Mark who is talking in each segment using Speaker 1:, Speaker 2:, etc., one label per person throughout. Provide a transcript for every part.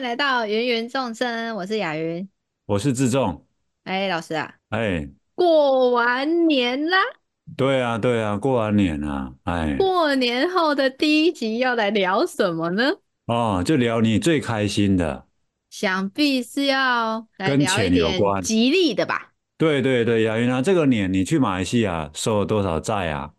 Speaker 1: 来到芸芸众生，我是雅云。
Speaker 2: 我是自重，
Speaker 1: 哎，老师啊，
Speaker 2: 哎，
Speaker 1: 过完年啦，
Speaker 2: 对啊，对啊，过完年啊，哎，
Speaker 1: 过年后的第一集要来聊什么呢？
Speaker 2: 哦，就聊你最开心的，
Speaker 1: 想必是要来
Speaker 2: 跟
Speaker 1: 聊一
Speaker 2: 钱有
Speaker 1: 点
Speaker 2: 关
Speaker 1: 吉利的吧？
Speaker 2: 对对对，雅云啊，这个年你去马来西亚收了多少债啊？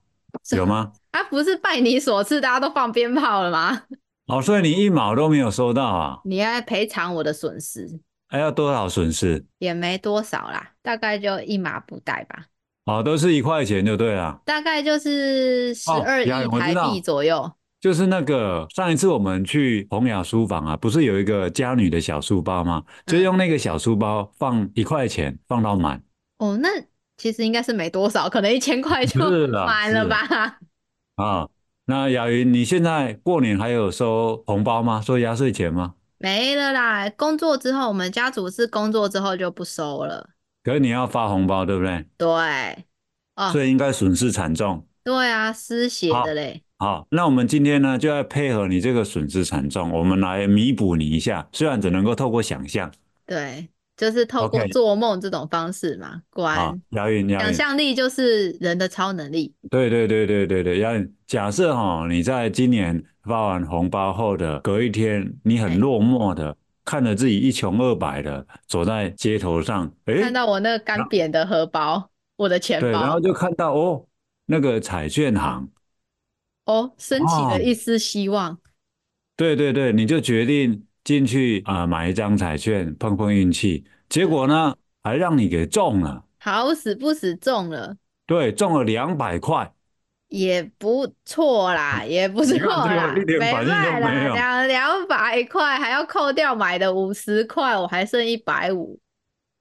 Speaker 2: 有吗？
Speaker 1: 啊，不是拜你所赐，大家都放鞭炮了吗？
Speaker 2: 哦，所以你一毛都没有收到啊？
Speaker 1: 你要赔偿我的损失，
Speaker 2: 还要多少损失？
Speaker 1: 也没多少啦，大概就一马布袋吧，
Speaker 2: 哦，都是一块钱就对了，
Speaker 1: 大概就是十
Speaker 2: 哦
Speaker 1: 二亿
Speaker 2: 雅云我
Speaker 1: 台
Speaker 2: 知道
Speaker 1: 币左右。
Speaker 2: 就是那个上一次我们去洪雅书房啊，不是有一个家女的小书包吗？就用那个小书包放一块钱放到满，
Speaker 1: 哦，那其实应该是没多少，可能一千块就是
Speaker 2: 啦
Speaker 1: 满
Speaker 2: 是
Speaker 1: 了
Speaker 2: 啦
Speaker 1: 吧。
Speaker 2: 啊、那雅云，你现在过年还有收红包吗？收压岁钱吗？
Speaker 1: 没了啦，工作之后，我们家族是工作之后就不收了。
Speaker 2: 可是你要发红包，对不对？
Speaker 1: 对，哦，
Speaker 2: 所以应该损失惨重。
Speaker 1: 对啊，失血
Speaker 2: 好
Speaker 1: 的嘞。
Speaker 2: 好，那我们今天呢，就要配合你这个损失惨重，我们来弥补你一下。虽然只能够透过想象，
Speaker 1: 对，就是透过
Speaker 2: OK
Speaker 1: 做梦这种方式嘛。果
Speaker 2: 啊
Speaker 1: 然，，
Speaker 2: 雅云，雅
Speaker 1: 哎想
Speaker 2: 云，
Speaker 1: 象力就是人的超能力。
Speaker 2: 对对对对对对，雅云，假设哈、你在今年发完红包后的隔一天，你
Speaker 1: 哎
Speaker 2: 很落寞的，看着自己一穷二白的走在街头上，诶，
Speaker 1: 看到我那个干瘪的荷包，我的钱
Speaker 2: 对，然
Speaker 1: 包
Speaker 2: 后，就看到哦，那个彩券行。
Speaker 1: 哦，升起了
Speaker 2: 哦
Speaker 1: 一丝希望。
Speaker 2: 对对对，你就决定进去啊、买一张彩券碰碰运气，结果呢还让你给中了，
Speaker 1: 好死不死中了，
Speaker 2: 对，中了两百块，
Speaker 1: 也不错啦，也不
Speaker 2: 你
Speaker 1: 错
Speaker 2: 看对我
Speaker 1: 啦，
Speaker 2: 一点
Speaker 1: 没
Speaker 2: 反应都
Speaker 1: 卖
Speaker 2: 没
Speaker 1: 啦，两
Speaker 2: 有
Speaker 1: 两百块还要扣掉买的五十块，我还剩一百五，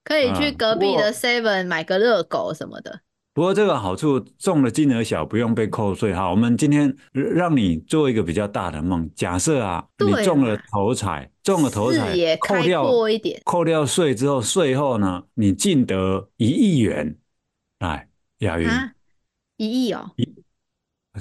Speaker 1: 可以去
Speaker 2: 啊
Speaker 1: 隔壁
Speaker 2: 不
Speaker 1: 的
Speaker 2: 过
Speaker 1: Seven 买个热狗什么的。
Speaker 2: 不过这个好处中的金额小，不用被扣税。好，我们今天呃让你做一个比较大的梦，假设啊，你
Speaker 1: 对
Speaker 2: 中
Speaker 1: 嘛
Speaker 2: 了头彩，中了头
Speaker 1: 视
Speaker 2: 彩
Speaker 1: 野，
Speaker 2: 扣
Speaker 1: 开
Speaker 2: 掉
Speaker 1: 阔一点
Speaker 2: 扣掉税之后，税后呢，你净得一亿元，哎，雅云
Speaker 1: 啊，一亿哦，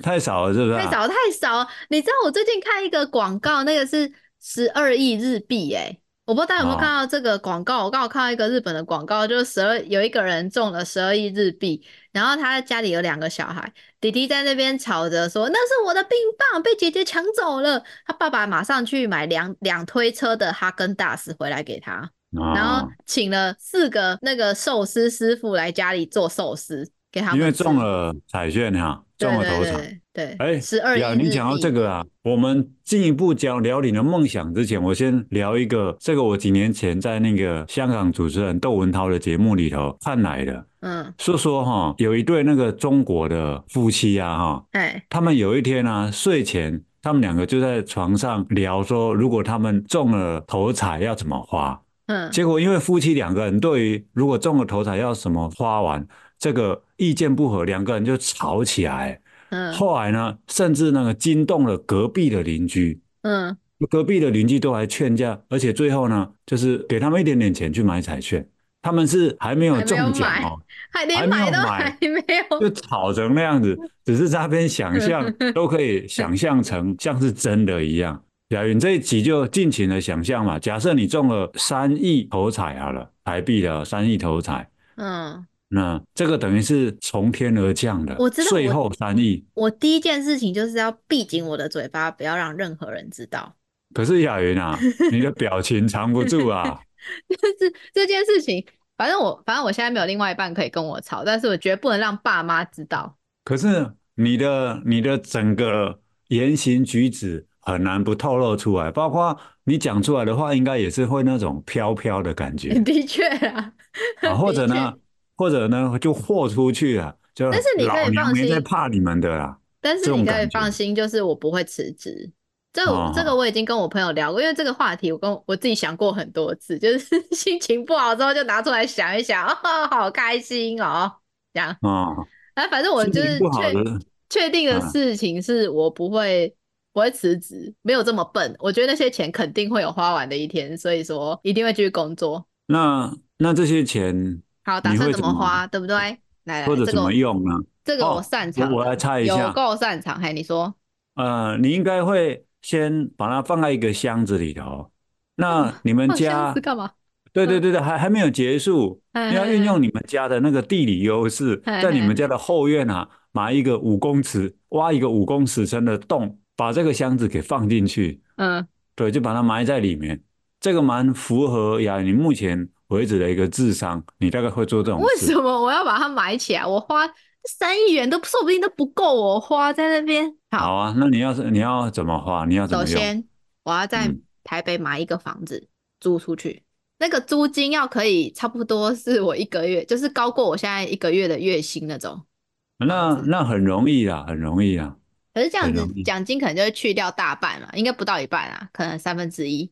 Speaker 2: 太少了，是不是、啊？
Speaker 1: 太少太少了。你知道我最近看一个广告，那个是十二亿日币哎、我不知道大家有没有
Speaker 2: 哦
Speaker 1: 看到这个广告，我刚好看到一个日本的广告，就是十二有一个人中了十二亿日币，然后他家里有两个小孩，弟弟在那边吵着说那是我的冰棒被姐姐抢走了，他爸爸马上去买两两推车的哈根达斯回来给他，然后
Speaker 2: 啊
Speaker 1: 请了四个那个寿司师傅来家里做寿司给他们
Speaker 2: 啊因为
Speaker 1: 吃
Speaker 2: 中了彩券哈、
Speaker 1: 对
Speaker 2: 中了
Speaker 1: 对
Speaker 2: 头彩。
Speaker 1: 对对，
Speaker 2: 哎
Speaker 1: 十二亿
Speaker 2: 呀，你
Speaker 1: 日
Speaker 2: 讲到
Speaker 1: 币
Speaker 2: 这个啊，我们进一步讲聊你的梦想之前，我先聊一个，这个我几年前在那个香港主持人窦文涛的节目里头看来的，
Speaker 1: 嗯，
Speaker 2: 说说哈、有一对那个中国的夫妻啊哈、
Speaker 1: 哎，
Speaker 2: 他们有一天啊睡前，他们两个就在床上聊说，如果他们中了头彩要怎么花。
Speaker 1: 嗯，
Speaker 2: 结果因为夫妻两个人对于如果中了头彩要什么花完，这个意见不合，两个人就吵起来。
Speaker 1: 嗯
Speaker 2: 后来呢，甚至那个惊动了隔壁的邻居，
Speaker 1: 嗯，
Speaker 2: 隔壁的邻居都还劝架，而且最后呢，就是给他们一点点钱去买彩券，他们是还没有
Speaker 1: 还没有
Speaker 2: 中奖
Speaker 1: 买
Speaker 2: 哦，
Speaker 1: 还连
Speaker 2: 还没
Speaker 1: 买
Speaker 2: 有
Speaker 1: 都
Speaker 2: 买
Speaker 1: 还没有，
Speaker 2: 就吵成那 样子，只是在那边想象都可以想象成像是真的一样。雅云这一集就尽情的想象嘛，假设你中了三亿头彩好了，台币的三亿头彩，
Speaker 1: 嗯，
Speaker 2: 那这个等于是从天而降的，
Speaker 1: 我知道
Speaker 2: 税
Speaker 1: 我
Speaker 2: 后三亿。
Speaker 1: 我第一件事情就是要闭紧我的嘴巴，不要让任何人知道。
Speaker 2: 可是雅云啊，你的表情藏不住啊！
Speaker 1: 就是这件事情，反正我反正我现在没有另外一半可以跟我吵，但是我绝不能让爸妈知道。
Speaker 2: 可是你的你的整个言行举止很难不透露出来，包括你讲出来的话，应该也是会那种飘飘的感 觉
Speaker 1: 的确啊，
Speaker 2: 啊，或者
Speaker 1: 的确
Speaker 2: 呢，或者呢就豁出去了，就
Speaker 1: 但是你可以
Speaker 2: 老娘
Speaker 1: 放
Speaker 2: 没在
Speaker 1: 心
Speaker 2: 怕你们的啦。
Speaker 1: 但是
Speaker 2: 这
Speaker 1: 你
Speaker 2: 种
Speaker 1: 可以
Speaker 2: 感
Speaker 1: 放
Speaker 2: 觉
Speaker 1: 心，就是我不会辞职。这个
Speaker 2: 哦
Speaker 1: 这个我已经跟我朋友聊过，因为这个话题我跟我我自己想过很多次，就是 心情不好之后就拿出来想一想，哦，好开心哦，这样。
Speaker 2: 啊、
Speaker 1: 哎，反正我
Speaker 2: 心
Speaker 1: 就
Speaker 2: 情
Speaker 1: 是
Speaker 2: 不好
Speaker 1: 确
Speaker 2: 的
Speaker 1: 确定的
Speaker 2: 嗯
Speaker 1: 事情是我不会不会辞职，没有这么笨。我觉得那些钱肯定会有花完的一天，所以说一定会继续工作。
Speaker 2: 那那这些钱
Speaker 1: 好，打
Speaker 2: 你
Speaker 1: 算
Speaker 2: 会
Speaker 1: 怎
Speaker 2: 怎
Speaker 1: 么
Speaker 2: 么
Speaker 1: 花，对不对？来来，
Speaker 2: 或者
Speaker 1: 这
Speaker 2: 怎
Speaker 1: 个
Speaker 2: 么
Speaker 1: 我
Speaker 2: 用呢？
Speaker 1: 这个我
Speaker 2: 哦
Speaker 1: 擅
Speaker 2: 我
Speaker 1: 长
Speaker 2: 我
Speaker 1: 的，
Speaker 2: 来猜一
Speaker 1: 有
Speaker 2: 下，
Speaker 1: 够擅长。嘿，你说，
Speaker 2: 呃，你应该会先把它放在一个箱子里头，那你们
Speaker 1: 放箱
Speaker 2: 家
Speaker 1: 子干嘛？
Speaker 2: 对对对对，还还没有结束，
Speaker 1: 哎
Speaker 2: 你要运用你们家的那个地理优势，
Speaker 1: 哎
Speaker 2: 在你们家的后院啊，埋一个五公尺，挖一个五公尺深的洞，把这个箱子给放进去，
Speaker 1: 嗯，
Speaker 2: 对，就把它埋在里面。这个蛮符合呀，你目前为止的一个智商，你大概会做这种
Speaker 1: 为
Speaker 2: 事
Speaker 1: 什。么我要把它埋起来？我花三亿元都说不定都不够哦我花在那边。好，
Speaker 2: 好啊，那你要是你要怎么画，你要怎
Speaker 1: 首
Speaker 2: 么用？
Speaker 1: 先我要在
Speaker 2: 嗯
Speaker 1: 台北买一个房子租出去，那个租金要可以差不多是我一个月，就是高过我现在一个月的月薪那种。
Speaker 2: 那那很容易啦，很容易啊啦。
Speaker 1: 可是这样
Speaker 2: 很
Speaker 1: 子
Speaker 2: 容易
Speaker 1: 奖金可能就会去掉大半嘛，应该不到一半啊，可能三分之一。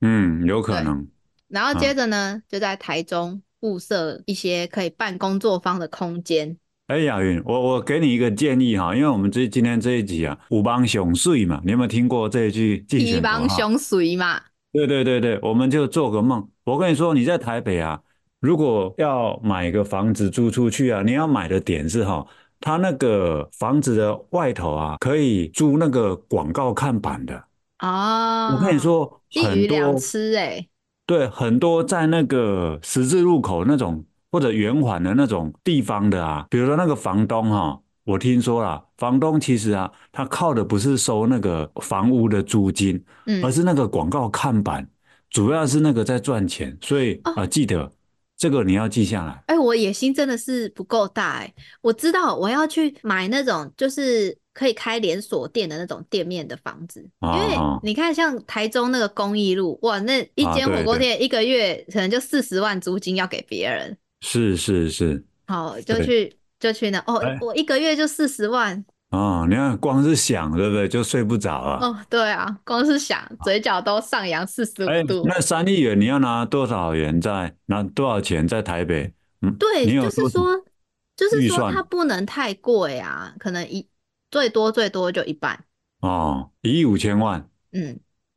Speaker 2: 嗯，有可
Speaker 1: 对
Speaker 2: 能。
Speaker 1: 然后接着
Speaker 2: 啊
Speaker 1: 呢，就在台中物色一些可以办工作坊的空间。
Speaker 2: 哎，雅云，我我给你一个建议哈，因为我们这今天这一集啊，五帮雄睡嘛，你有没有听过这一句竞
Speaker 1: 提
Speaker 2: 选口
Speaker 1: 防
Speaker 2: 号？
Speaker 1: 凶水嘛，
Speaker 2: 对对对对，我们就做个梦。我跟你说，你在台北啊，如果要买个房子租出去啊，你要买的点是哈，它那个房子的外头啊，可以租那个广告看板的。
Speaker 1: 哦，
Speaker 2: 我跟你，说，
Speaker 1: 一
Speaker 2: 很
Speaker 1: 鱼两
Speaker 2: 多
Speaker 1: 吃哎、
Speaker 2: 对，很多在那个十字路口那种或者圆环的那种地方的啊，比如说那个房东哈、我听说啦，房东其实啊，他靠的不是收那个房屋的租金，而
Speaker 1: 嗯，
Speaker 2: 是那个广告看板，主要是那个在赚钱，所以
Speaker 1: 哦
Speaker 2: 啊、记得这个你要记下来。
Speaker 1: 哎、我野心真的是不够大哎、我知道我要去买那种就是可以开连锁店的那种店面的房子，
Speaker 2: 哦
Speaker 1: 因为
Speaker 2: 哦
Speaker 1: 你看像台中那个公益路，哇，那一
Speaker 2: 啊
Speaker 1: 间火
Speaker 2: 对
Speaker 1: 锅
Speaker 2: 对
Speaker 1: 店一个月可能就四十万租金要给别人，
Speaker 2: 是是是，
Speaker 1: 好，就
Speaker 2: 对
Speaker 1: 去就去那，哦
Speaker 2: 哎，
Speaker 1: 我一个月就四十万，
Speaker 2: 哦，你看光是想，对不对，就睡不着啊。
Speaker 1: 哦，对啊，光是想嘴角都上扬四十
Speaker 2: 哎
Speaker 1: 五度，
Speaker 2: 那三亿元你要拿多少元在拿多少钱在台北？嗯，
Speaker 1: 对，
Speaker 2: 你
Speaker 1: 就
Speaker 2: 有
Speaker 1: 是
Speaker 2: 多少？
Speaker 1: 说，就是
Speaker 2: 预
Speaker 1: 说
Speaker 2: 算
Speaker 1: 它不能太贵啊，可能一最多最多就一半，
Speaker 2: 哦，一亿五千万。
Speaker 1: 嗯，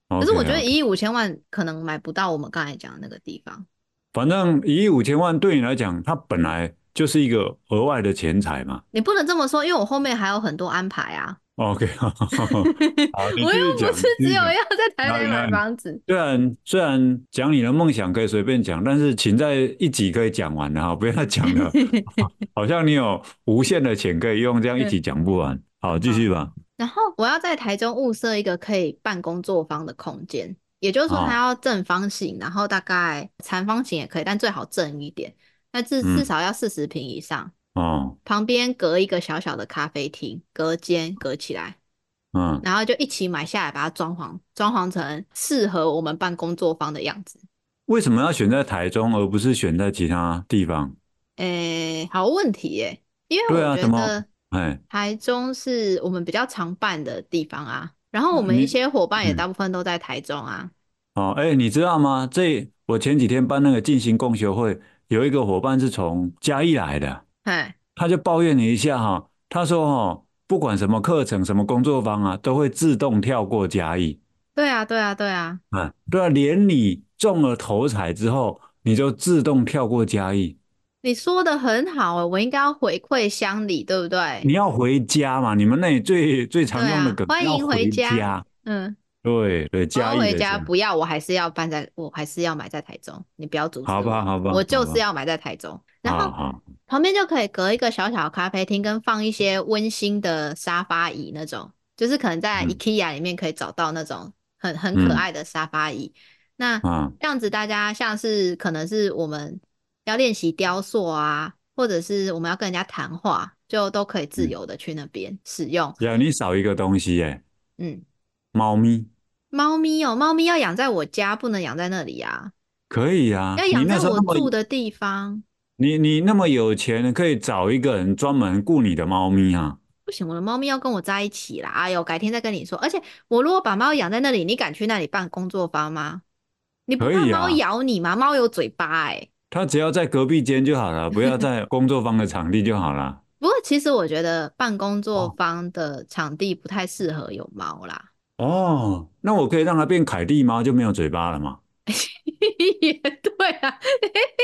Speaker 1: 可
Speaker 2: OK，啊
Speaker 1: 是我觉得
Speaker 2: OK
Speaker 1: 一亿五千万可能买不到我们刚才讲的那个地方，
Speaker 2: 反正一亿五千万对你来讲，它本来就是一个额外的钱财嘛。
Speaker 1: 你不能这么说，因为我后面还有很多安排啊，
Speaker 2: OK，好， 你
Speaker 1: 我
Speaker 2: 继
Speaker 1: 又不
Speaker 2: 续讲，
Speaker 1: 是只
Speaker 2: 你继续
Speaker 1: 有
Speaker 2: 讲。
Speaker 1: 要在台
Speaker 2: 哪
Speaker 1: 北
Speaker 2: 里
Speaker 1: 买
Speaker 2: 哪里
Speaker 1: 房子，
Speaker 2: 虽然虽然讲你的梦想可以随便讲，但是请在一集可以讲完的哈， 不要讲的，好像你有无限的钱可以用，这样一集讲不完。好，继续吧。
Speaker 1: 然后我要在台中物色一个可以办工作坊的空间，也就是说它
Speaker 2: 哦
Speaker 1: 要正方形，然后大概长方形也可以，但最好正一点，那至至
Speaker 2: 嗯
Speaker 1: 少要四十平以上。
Speaker 2: 哦，
Speaker 1: 旁边隔一个小小的咖啡厅，隔间隔起来，
Speaker 2: 嗯，
Speaker 1: 然后就一起买下来，把它装潢，装潢成适合我们办工作坊的样子。
Speaker 2: 为什么要选在台中，而不是选在其他地方？
Speaker 1: 诶，好问题耶，因为
Speaker 2: 对
Speaker 1: 我
Speaker 2: 啊，
Speaker 1: 觉
Speaker 2: 怎么？
Speaker 1: 得
Speaker 2: 哎，
Speaker 1: 台中是我们比较常办的地方啊，然后我们一
Speaker 2: 你
Speaker 1: 些伙伴也
Speaker 2: 嗯。
Speaker 1: 大部分都在台中啊。
Speaker 2: 哦，哎，你知道吗？这我前几天办那个进行共学会，有一个伙伴是从嘉义来的，
Speaker 1: 哎，
Speaker 2: 他就抱怨了一下哈，他说哈，不管什么课程、什么工作坊啊，都会自动跳过嘉义。
Speaker 1: 对啊，对啊，对啊，
Speaker 2: 啊，对啊，连你中了头彩之后，你就自动跳过嘉义，
Speaker 1: 你说的很好欸诶，我应该要回馈乡里，对不
Speaker 2: 你
Speaker 1: 对？
Speaker 2: 要回家嘛？你们那里最最
Speaker 1: 对
Speaker 2: 常用的
Speaker 1: 啊，
Speaker 2: 梗
Speaker 1: 欢
Speaker 2: 要
Speaker 1: 迎回
Speaker 2: 回
Speaker 1: 家。
Speaker 2: 家，
Speaker 1: 嗯，
Speaker 2: 对对，
Speaker 1: 我
Speaker 2: 嘉
Speaker 1: 要
Speaker 2: 义
Speaker 1: 回
Speaker 2: 的
Speaker 1: 家，
Speaker 2: 家，
Speaker 1: 不要，我还是要搬在，我还是要买在台中，你不要阻
Speaker 2: 好
Speaker 1: 止
Speaker 2: 吧，
Speaker 1: 我，
Speaker 2: 好吧，
Speaker 1: 我
Speaker 2: 好
Speaker 1: 就是
Speaker 2: 吧，
Speaker 1: 要买在台中。然
Speaker 2: 好
Speaker 1: 后
Speaker 2: 好，
Speaker 1: 旁边就可以隔一个小小的咖啡厅，跟放一些温馨的沙发椅那种，就是可能在
Speaker 2: 嗯
Speaker 1: IKEA 里面可以找到那种很很可
Speaker 2: 嗯
Speaker 1: 爱的沙发椅。那
Speaker 2: 啊，
Speaker 1: 这样子，大家像是可能是我们要练习雕塑啊，或者是我们要跟人家谈话，就都可以自
Speaker 2: 嗯，
Speaker 1: 由的去那边使用。
Speaker 2: 呀，你少一个东西耶，
Speaker 1: 嗯。
Speaker 2: 猫咪。
Speaker 1: 猫咪哦，猫咪要养在我家，不能养在那里啊，
Speaker 2: 可以
Speaker 1: 要
Speaker 2: 啊，你
Speaker 1: 养
Speaker 2: 那
Speaker 1: 在
Speaker 2: 时候
Speaker 1: 我
Speaker 2: 那么
Speaker 1: 住的地方。
Speaker 2: 你你那么有钱，可以找一个人专门雇你的猫咪啊。
Speaker 1: 不行，我的猫咪要跟我在一起啦！哎呦，改天再跟你说。而且我如果把猫养在那里，你敢去那里办工作坊吗？你不
Speaker 2: 可
Speaker 1: 怕
Speaker 2: 以
Speaker 1: 猫
Speaker 2: 啊，
Speaker 1: 咬你吗？猫有嘴巴哎、
Speaker 2: 他只要在隔壁间就好了，不要在工作坊的场地就好了。
Speaker 1: 不过其实我觉得办工作
Speaker 2: 哦
Speaker 1: 坊的场地不太适合有猫啦，
Speaker 2: 哦，那我可以让它变凯蒂猫，就没有嘴巴了嘛？
Speaker 1: 也对啊。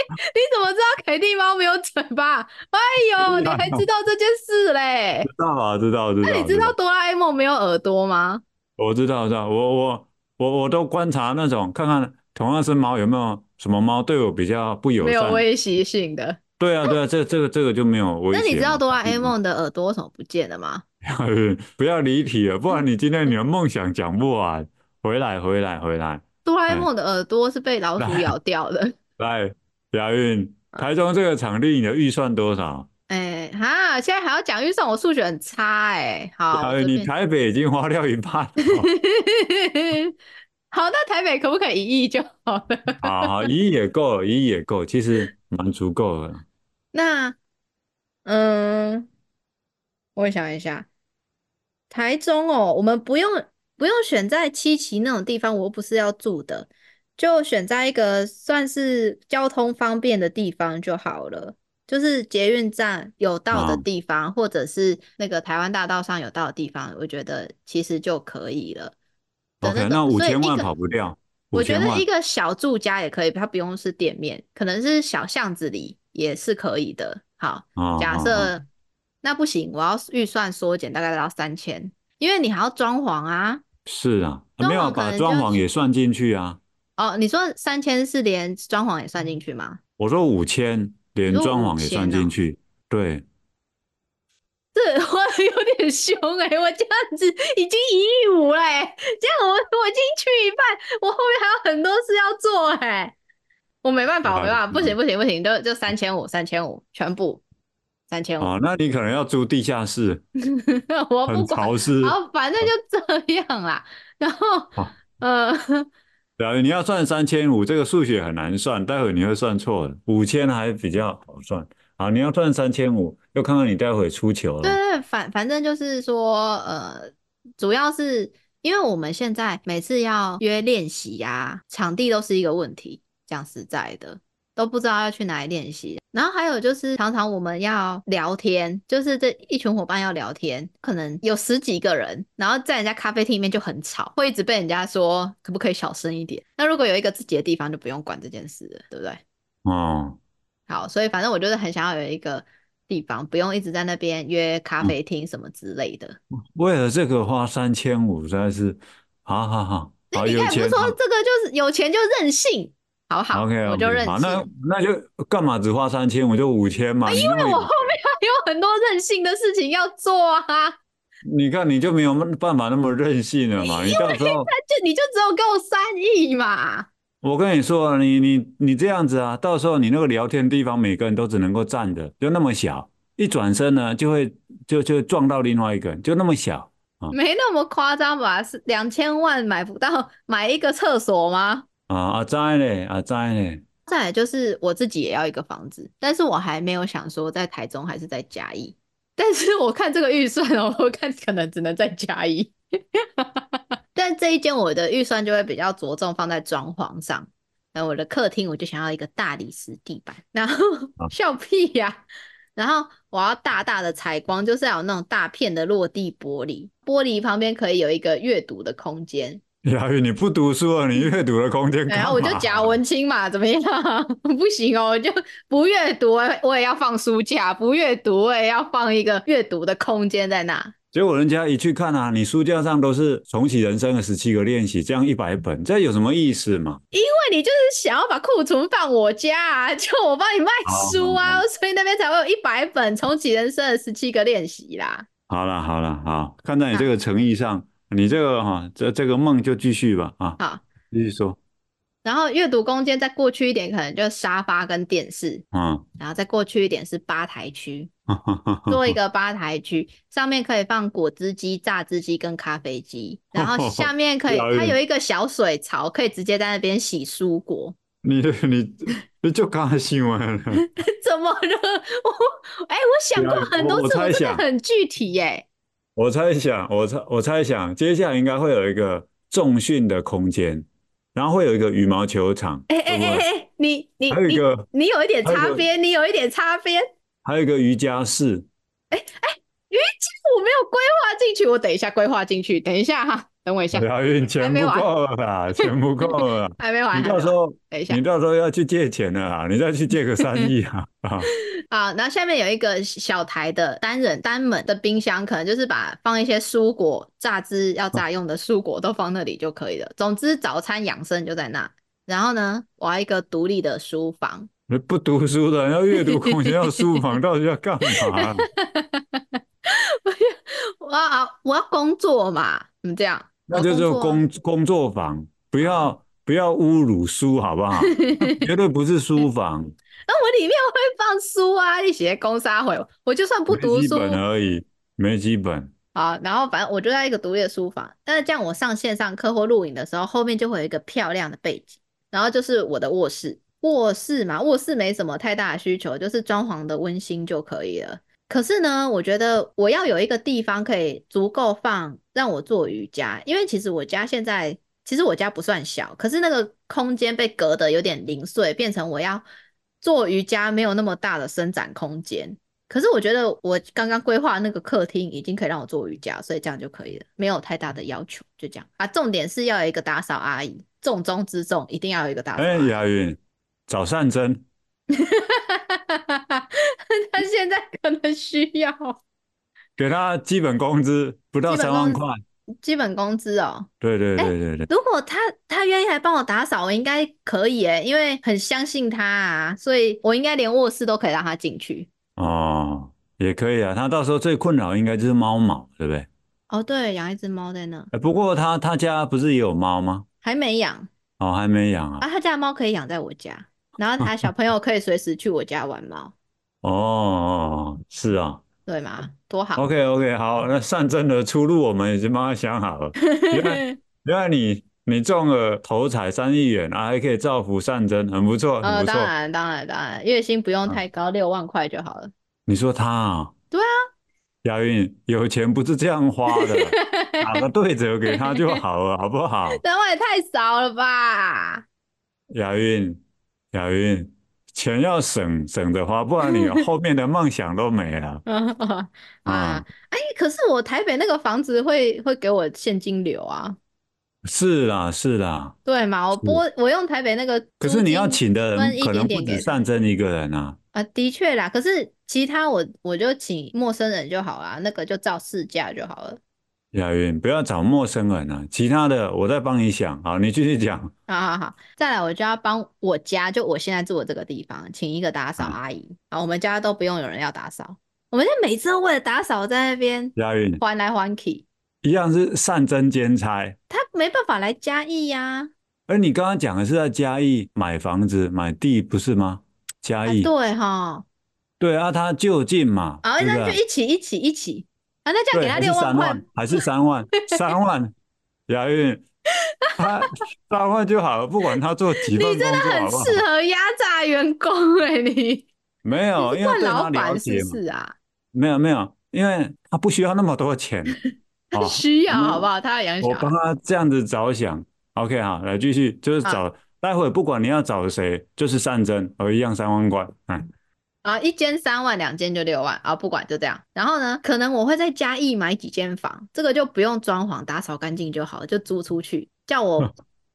Speaker 1: 你怎么知道凯蒂猫没有嘴巴？哎呦，你还知道这件事嘞？
Speaker 2: 知道啊，知道，知
Speaker 1: 那你
Speaker 2: 道，
Speaker 1: 知
Speaker 2: 知
Speaker 1: 道
Speaker 2: 道，
Speaker 1: 哆啦 A 梦没有耳朵吗？
Speaker 2: 我知道，知道，我我我我都观察那种，看看同样是猫，有没有什么猫对我比较不友
Speaker 1: 没有
Speaker 2: 善？
Speaker 1: 威胁性的。
Speaker 2: 对啊，对啊，这这个这个就没有威胁
Speaker 1: 那
Speaker 2: 嘛。
Speaker 1: 你知道哆啦 A
Speaker 2: 嗯
Speaker 1: 梦的耳朵为什么不见了吗？
Speaker 2: 不要离题了，不然你今天你的梦想讲不 完。回来，回来，回来，
Speaker 1: 哆啦 A
Speaker 2: 哎
Speaker 1: 梦的耳朵是被老鼠咬掉的。
Speaker 2: 来，亚运，
Speaker 1: 啊
Speaker 2: 台中这个场地你的预算多少？
Speaker 1: 哎、哈，现在还要讲预算，我数学很差哎、好，
Speaker 2: 亚
Speaker 1: 我
Speaker 2: 运，你
Speaker 1: 这
Speaker 2: 台北已经花掉一半 了。
Speaker 1: 边 好，那台北可不可以一亿就好了？
Speaker 2: 好好，一亿也够，一亿也够，其实蛮足够的。
Speaker 1: 那，嗯，我想一下，台中哦，我们不用不用选在七期那种地方，我又不是要住的，就选在一个算是交通方便的地方就好了，就是捷运站有到的
Speaker 2: 啊
Speaker 1: 地方，或者是那个台湾大道上有到的地方，我觉得其实就可以了的
Speaker 2: OK，
Speaker 1: 那
Speaker 2: 那
Speaker 1: 种，
Speaker 2: 五
Speaker 1: 所以
Speaker 2: 千
Speaker 1: 一
Speaker 2: 万
Speaker 1: 个。
Speaker 2: 跑不掉，五
Speaker 1: 我觉
Speaker 2: 千
Speaker 1: 得
Speaker 2: 万
Speaker 1: 一个小住家也可以，它不用是店面，可能是小巷子里也是可以的。好，
Speaker 2: 啊
Speaker 1: 假
Speaker 2: 啊啊！
Speaker 1: 设那不行，我要预算缩减，大概到三千，因为你还要装潢啊。
Speaker 2: 是啊，
Speaker 1: 装
Speaker 2: 没有
Speaker 1: 潢可
Speaker 2: 把
Speaker 1: 能就
Speaker 2: 装潢
Speaker 1: 是
Speaker 2: 也算进去啊。
Speaker 1: 哦，你说三千是连装潢也算进去吗？
Speaker 2: 我说五千，
Speaker 1: 你
Speaker 2: 连
Speaker 1: 说
Speaker 2: 装
Speaker 1: 五
Speaker 2: 潢也算
Speaker 1: 千哦，
Speaker 2: 进去。对，
Speaker 1: 这我有点凶哎、我这样子已经一亿五嘞、欸这样我我已经去一半，我后面还有很多事要做哎、我没办法，我没
Speaker 2: 啊，
Speaker 1: 办法，不行
Speaker 2: 嗯，
Speaker 1: 不行不行，就就三千五，三千五，全部三千五。
Speaker 2: 哦，那你可能要租地下室，
Speaker 1: 我
Speaker 2: 很
Speaker 1: 不管，
Speaker 2: 潮湿。
Speaker 1: 好，反正就这样啦。然后，
Speaker 2: 啊，
Speaker 1: 呃，
Speaker 2: 对啊，你要算三千五，这个数学很难算，待会你会算错的。五千还比较好算，好，你要算三千五，就看看你待会出糗
Speaker 1: 对
Speaker 2: 了。
Speaker 1: 对，反反正就是说，呃，主要是因为我们现在每次要约练习呀、场地都是一个问题。讲实在的，都不知道要去哪里练习。然后还有就是，常常我们要聊天，就是这一群伙伴要聊天，可能有十几个人，然后在人家咖啡厅里面就很吵，会一直被人家说可不可以小声一点。那如果有一个自己的地方，就不用管这件事了，对不对？
Speaker 2: 哦，
Speaker 1: 好，所以反正我就是很想要有一个地方，不用一直在那边约咖
Speaker 2: 嗯，
Speaker 1: 啡厅什么之类的。
Speaker 2: 为了这个花三千五，实在是，好好好，
Speaker 1: 那
Speaker 2: 好
Speaker 1: 你
Speaker 2: 有
Speaker 1: 看，不是
Speaker 2: 钱
Speaker 1: 说
Speaker 2: 好。
Speaker 1: 这个就是有钱就任性，好好，
Speaker 2: OK
Speaker 1: 我就
Speaker 2: OK，
Speaker 1: 任
Speaker 2: 好，那
Speaker 1: 性，哎
Speaker 2: 那就干嘛只花三千，我就五千嘛。你那
Speaker 1: 因
Speaker 2: 么
Speaker 1: 为我
Speaker 2: 有
Speaker 1: 后
Speaker 2: 钱，
Speaker 1: 面还 有很多任性的事情要做啊，
Speaker 2: 你看你就没有办法那么任性 了嘛。你到时候，
Speaker 1: 就你就只有给我三亿嘛。
Speaker 2: 我跟你说，啊你你你这样子啊，到时候你那个聊天地方，每个人都只能够站着，就那么小，一转身呢，就会就就撞到另外一个人，就那么小啊
Speaker 1: 没那么夸张吧？是两千万买不到买一个厕所吗？
Speaker 2: 啊啊在嘞啊在 嘞，
Speaker 1: 再来就是我自己也要一个房子，但是我还没有想说在台中还是在嘉义。但是我看这个预算哦，我看可能只能在嘉义。 但这一间我的预算就会比较着重放在装潢上，那我的客厅我就想要一个大理石地板，然后
Speaker 2: 啊
Speaker 1: 笑屁呀、然后我要大大的采光，就是要有那种大片的落地玻璃，玻璃旁边可以有一个阅读的空间。
Speaker 2: 亚宇你不读书啊，你阅读的空间
Speaker 1: 然后
Speaker 2: 干
Speaker 1: 啊我就
Speaker 2: 嘛？
Speaker 1: 假文青嘛，怎么样？ 不行哦，我就不阅读，我也要放书架；不阅读，我也要放一个阅读的空间在那。
Speaker 2: 结果人家一去看啊，你书架上都是重启人生的十七个练习，这样一百本，这有什么意思嘛？
Speaker 1: 因为你就是想要把库存放我家啊， 就我帮你卖
Speaker 2: 好
Speaker 1: 书
Speaker 2: 好
Speaker 1: 啊，所以那边才会有一百本重启人生的十七个练习啦。
Speaker 2: 好了好了好，看在你这
Speaker 1: 好，
Speaker 2: 个诚意上，你这个哈、这这个梦就继续吧啊，
Speaker 1: 好，
Speaker 2: 继续说，
Speaker 1: 然后阅读空间再过去一点，可能就沙发跟电视，
Speaker 2: 嗯，
Speaker 1: 然后再过去一点是吧台区。
Speaker 2: 哈哈哈
Speaker 1: 做一
Speaker 2: 哈
Speaker 1: 个吧台区，上面可以放果汁机、榨汁机跟咖啡机，然后 下
Speaker 2: 哈，
Speaker 1: 面可以，
Speaker 2: 亚
Speaker 1: 它有
Speaker 2: 运，
Speaker 1: 一个小水槽，可以直接在那边洗蔬果。
Speaker 2: 你你你就刚新闻了，
Speaker 1: 怎么了？ 我哎、我想
Speaker 2: 亚
Speaker 1: 过
Speaker 2: 运，
Speaker 1: 很
Speaker 2: 我
Speaker 1: 多
Speaker 2: 我
Speaker 1: 次，我
Speaker 2: 猜
Speaker 1: 真的
Speaker 2: 想，
Speaker 1: 很具体耶、
Speaker 2: 我猜想，我猜我猜想，接下来应该会有一个重训的空间，然后会有一个羽毛球场，
Speaker 1: 哎
Speaker 2: 对
Speaker 1: 哎
Speaker 2: 不
Speaker 1: 哎
Speaker 2: 对？
Speaker 1: 哎，你
Speaker 2: 啊
Speaker 1: 你
Speaker 2: 还有一
Speaker 1: 你
Speaker 2: 个
Speaker 1: 你有一点
Speaker 2: 还有一
Speaker 1: 擦
Speaker 2: 个
Speaker 1: 边，你有一点擦边。
Speaker 2: 还有一个瑜伽室。
Speaker 1: 咦，这个我没有规划进去，我等一下规划进去，等一下哈，等我一下，
Speaker 2: 疗运
Speaker 1: 还
Speaker 2: 钱
Speaker 1: 没
Speaker 2: 不
Speaker 1: 完，
Speaker 2: 够了啦，钱不够了啦，
Speaker 1: 还没 完，
Speaker 2: 你
Speaker 1: 还没
Speaker 2: 到时
Speaker 1: 完，
Speaker 2: 候
Speaker 1: 等一下。
Speaker 2: 你到时候要去借钱了啦，你再去借个三亿啊啊！
Speaker 1: 啊，然后下面有一个小台的单人单门的冰箱，可能就是把放一些蔬果榨汁要榨用的蔬果都放那里就可以了。总之，早餐养生就在那。然后呢，我要一个独立的书房。
Speaker 2: 那不读书的，要阅读空间，要书房，到底要干嘛？
Speaker 1: 我要我要工作嘛，你这样，
Speaker 2: 那就
Speaker 1: 我
Speaker 2: 是
Speaker 1: 工作啊嗯
Speaker 2: 工工作坊，不要不要侮辱书，好不 好？绝对不是书房，
Speaker 1: 那我里面会放书啊，一些公杀会，我就算不读
Speaker 2: 没几
Speaker 1: 书，
Speaker 2: 本啊而已，没几本。
Speaker 1: 好，然后反正我就在一个独立的书房，但是这样我上线上课或录影的时候，后面就会有一个漂亮的背景，然后就是我的卧室，卧室嘛，卧室没什么太大的需求，就是装潢的温馨就可以了。可是呢，我觉得我要有一个地方可以足够放让我做瑜伽，因为其实我家现在，其实我家不算小，可是那个空间被隔得有点零碎，变成我要做瑜伽没有那么大的伸展空间。可是我觉得我刚刚规划那个客厅已经可以让我做瑜伽，所以这样就可以了，没有太大的要求，就这样啊。重点是要有一个打扫阿姨，重中之重一定要有一个打扫
Speaker 2: 哎
Speaker 1: 阿，姨。
Speaker 2: 雅云，找善珍，
Speaker 1: 他现在可能需要
Speaker 2: 给他基本工资不到
Speaker 1: 基本
Speaker 2: 三
Speaker 1: 工
Speaker 2: 万
Speaker 1: 资
Speaker 2: 块。
Speaker 1: 基本工资哦。
Speaker 2: 对对
Speaker 1: 哎
Speaker 2: 对对对，
Speaker 1: 如果他他愿意来帮我打扫，我应该可以诶，因为很相信他啊，所以我应该连卧室都可以让他进去。
Speaker 2: 哦，也可以啊。他到时候最困扰应该就是猫毛，对不对？
Speaker 1: 哦，对，养一只猫在那，
Speaker 2: 哎不过他他家不是也有猫吗？
Speaker 1: 还没养
Speaker 2: 哦，还没养啊。
Speaker 1: 啊。他家的猫可以养在我家，然后他小朋友可以随时去我家玩猫，
Speaker 2: 哦哦，哦是啊。
Speaker 1: 对吗？多 好！
Speaker 2: OK OK，好，那善真的出路我们已经帮他想好了。原来原来你你中了头彩三亿元啊，还可以造福善真，很不错，很
Speaker 1: 呃，
Speaker 2: 不
Speaker 1: 当
Speaker 2: 错。
Speaker 1: 然，当然，当然，月薪不用
Speaker 2: 嗯
Speaker 1: 太高，六万块就好了。
Speaker 2: 你说他啊？
Speaker 1: 对啊，
Speaker 2: 亚运有钱不是这样花的， 打个对折给他就好了，好不好？
Speaker 1: 三万也太少了吧？
Speaker 2: 亚运，亚运，钱要省省着花，不然你后面的梦想都没了。
Speaker 1: 啊，
Speaker 2: 嗯
Speaker 1: 哎，可是我台北那个房子会会给我现金流啊，
Speaker 2: 是啦，是啦，
Speaker 1: 对嘛？我
Speaker 2: 是
Speaker 1: 拨我用台北那个
Speaker 2: 可
Speaker 1: 租
Speaker 2: 是你要
Speaker 1: 金
Speaker 2: 请的
Speaker 1: 分
Speaker 2: 人
Speaker 1: 一
Speaker 2: 可
Speaker 1: 点
Speaker 2: 能不
Speaker 1: 点
Speaker 2: 止
Speaker 1: 给
Speaker 2: 善真一个人啊。
Speaker 1: 啊，的确啦。可是其他我我就请陌生人就好啦，那个就照市价就好了。
Speaker 2: 亚运，不要找陌生人啊，其他的我再帮你想。好，你继续讲。
Speaker 1: 好好好，再来我就要帮我家，就我现在住的这个地方，请一个打扫
Speaker 2: 嗯
Speaker 1: 阿姨啊，我们家都不用有人要打扫，我们家每次都为了打扫在那边
Speaker 2: 亚运
Speaker 1: 还来还去，
Speaker 2: 一样是善真兼差，
Speaker 1: 他没办法来嘉义呀、
Speaker 2: 而你刚刚讲的是在嘉义买房子、买地，不是吗？嘉
Speaker 1: 啊，
Speaker 2: 义，
Speaker 1: 对哈，
Speaker 2: 对啊，他就近嘛，
Speaker 1: 好，
Speaker 2: 对不
Speaker 1: 那就
Speaker 2: 对？
Speaker 1: 一起一起一起啊，那这样
Speaker 2: 对，
Speaker 1: 给他
Speaker 2: 还是
Speaker 1: 六万
Speaker 2: 三
Speaker 1: 块
Speaker 2: 万，还是 三万，三万，亚运，他三万就好了，不管他做几份
Speaker 1: 你真的
Speaker 2: 工作，好
Speaker 1: 很
Speaker 2: 不好？
Speaker 1: 适合压榨员工哎、你
Speaker 2: 没有，
Speaker 1: 你是
Speaker 2: 哦因为
Speaker 1: 惯
Speaker 2: 对
Speaker 1: 老
Speaker 2: 他了
Speaker 1: 板是
Speaker 2: 解
Speaker 1: 不
Speaker 2: 嘛，
Speaker 1: 是啊？
Speaker 2: 没有没有，因为他不需要那么多钱，
Speaker 1: 他
Speaker 2: 哦
Speaker 1: 需要
Speaker 2: 我们
Speaker 1: 好不好？他要养小
Speaker 2: 我帮
Speaker 1: 孩，
Speaker 2: 他这样子着想。OK，好，来继续，就是
Speaker 1: 好
Speaker 2: 找，待会不管你要找谁，就是善真，我一样三万块，嗯，
Speaker 1: 啊，一间三万，两间就六万啊，不管就这样。然后呢，可能我会在嘉义买几间房，这个就不用装潢，打扫干净就好了，就租出去。叫 我，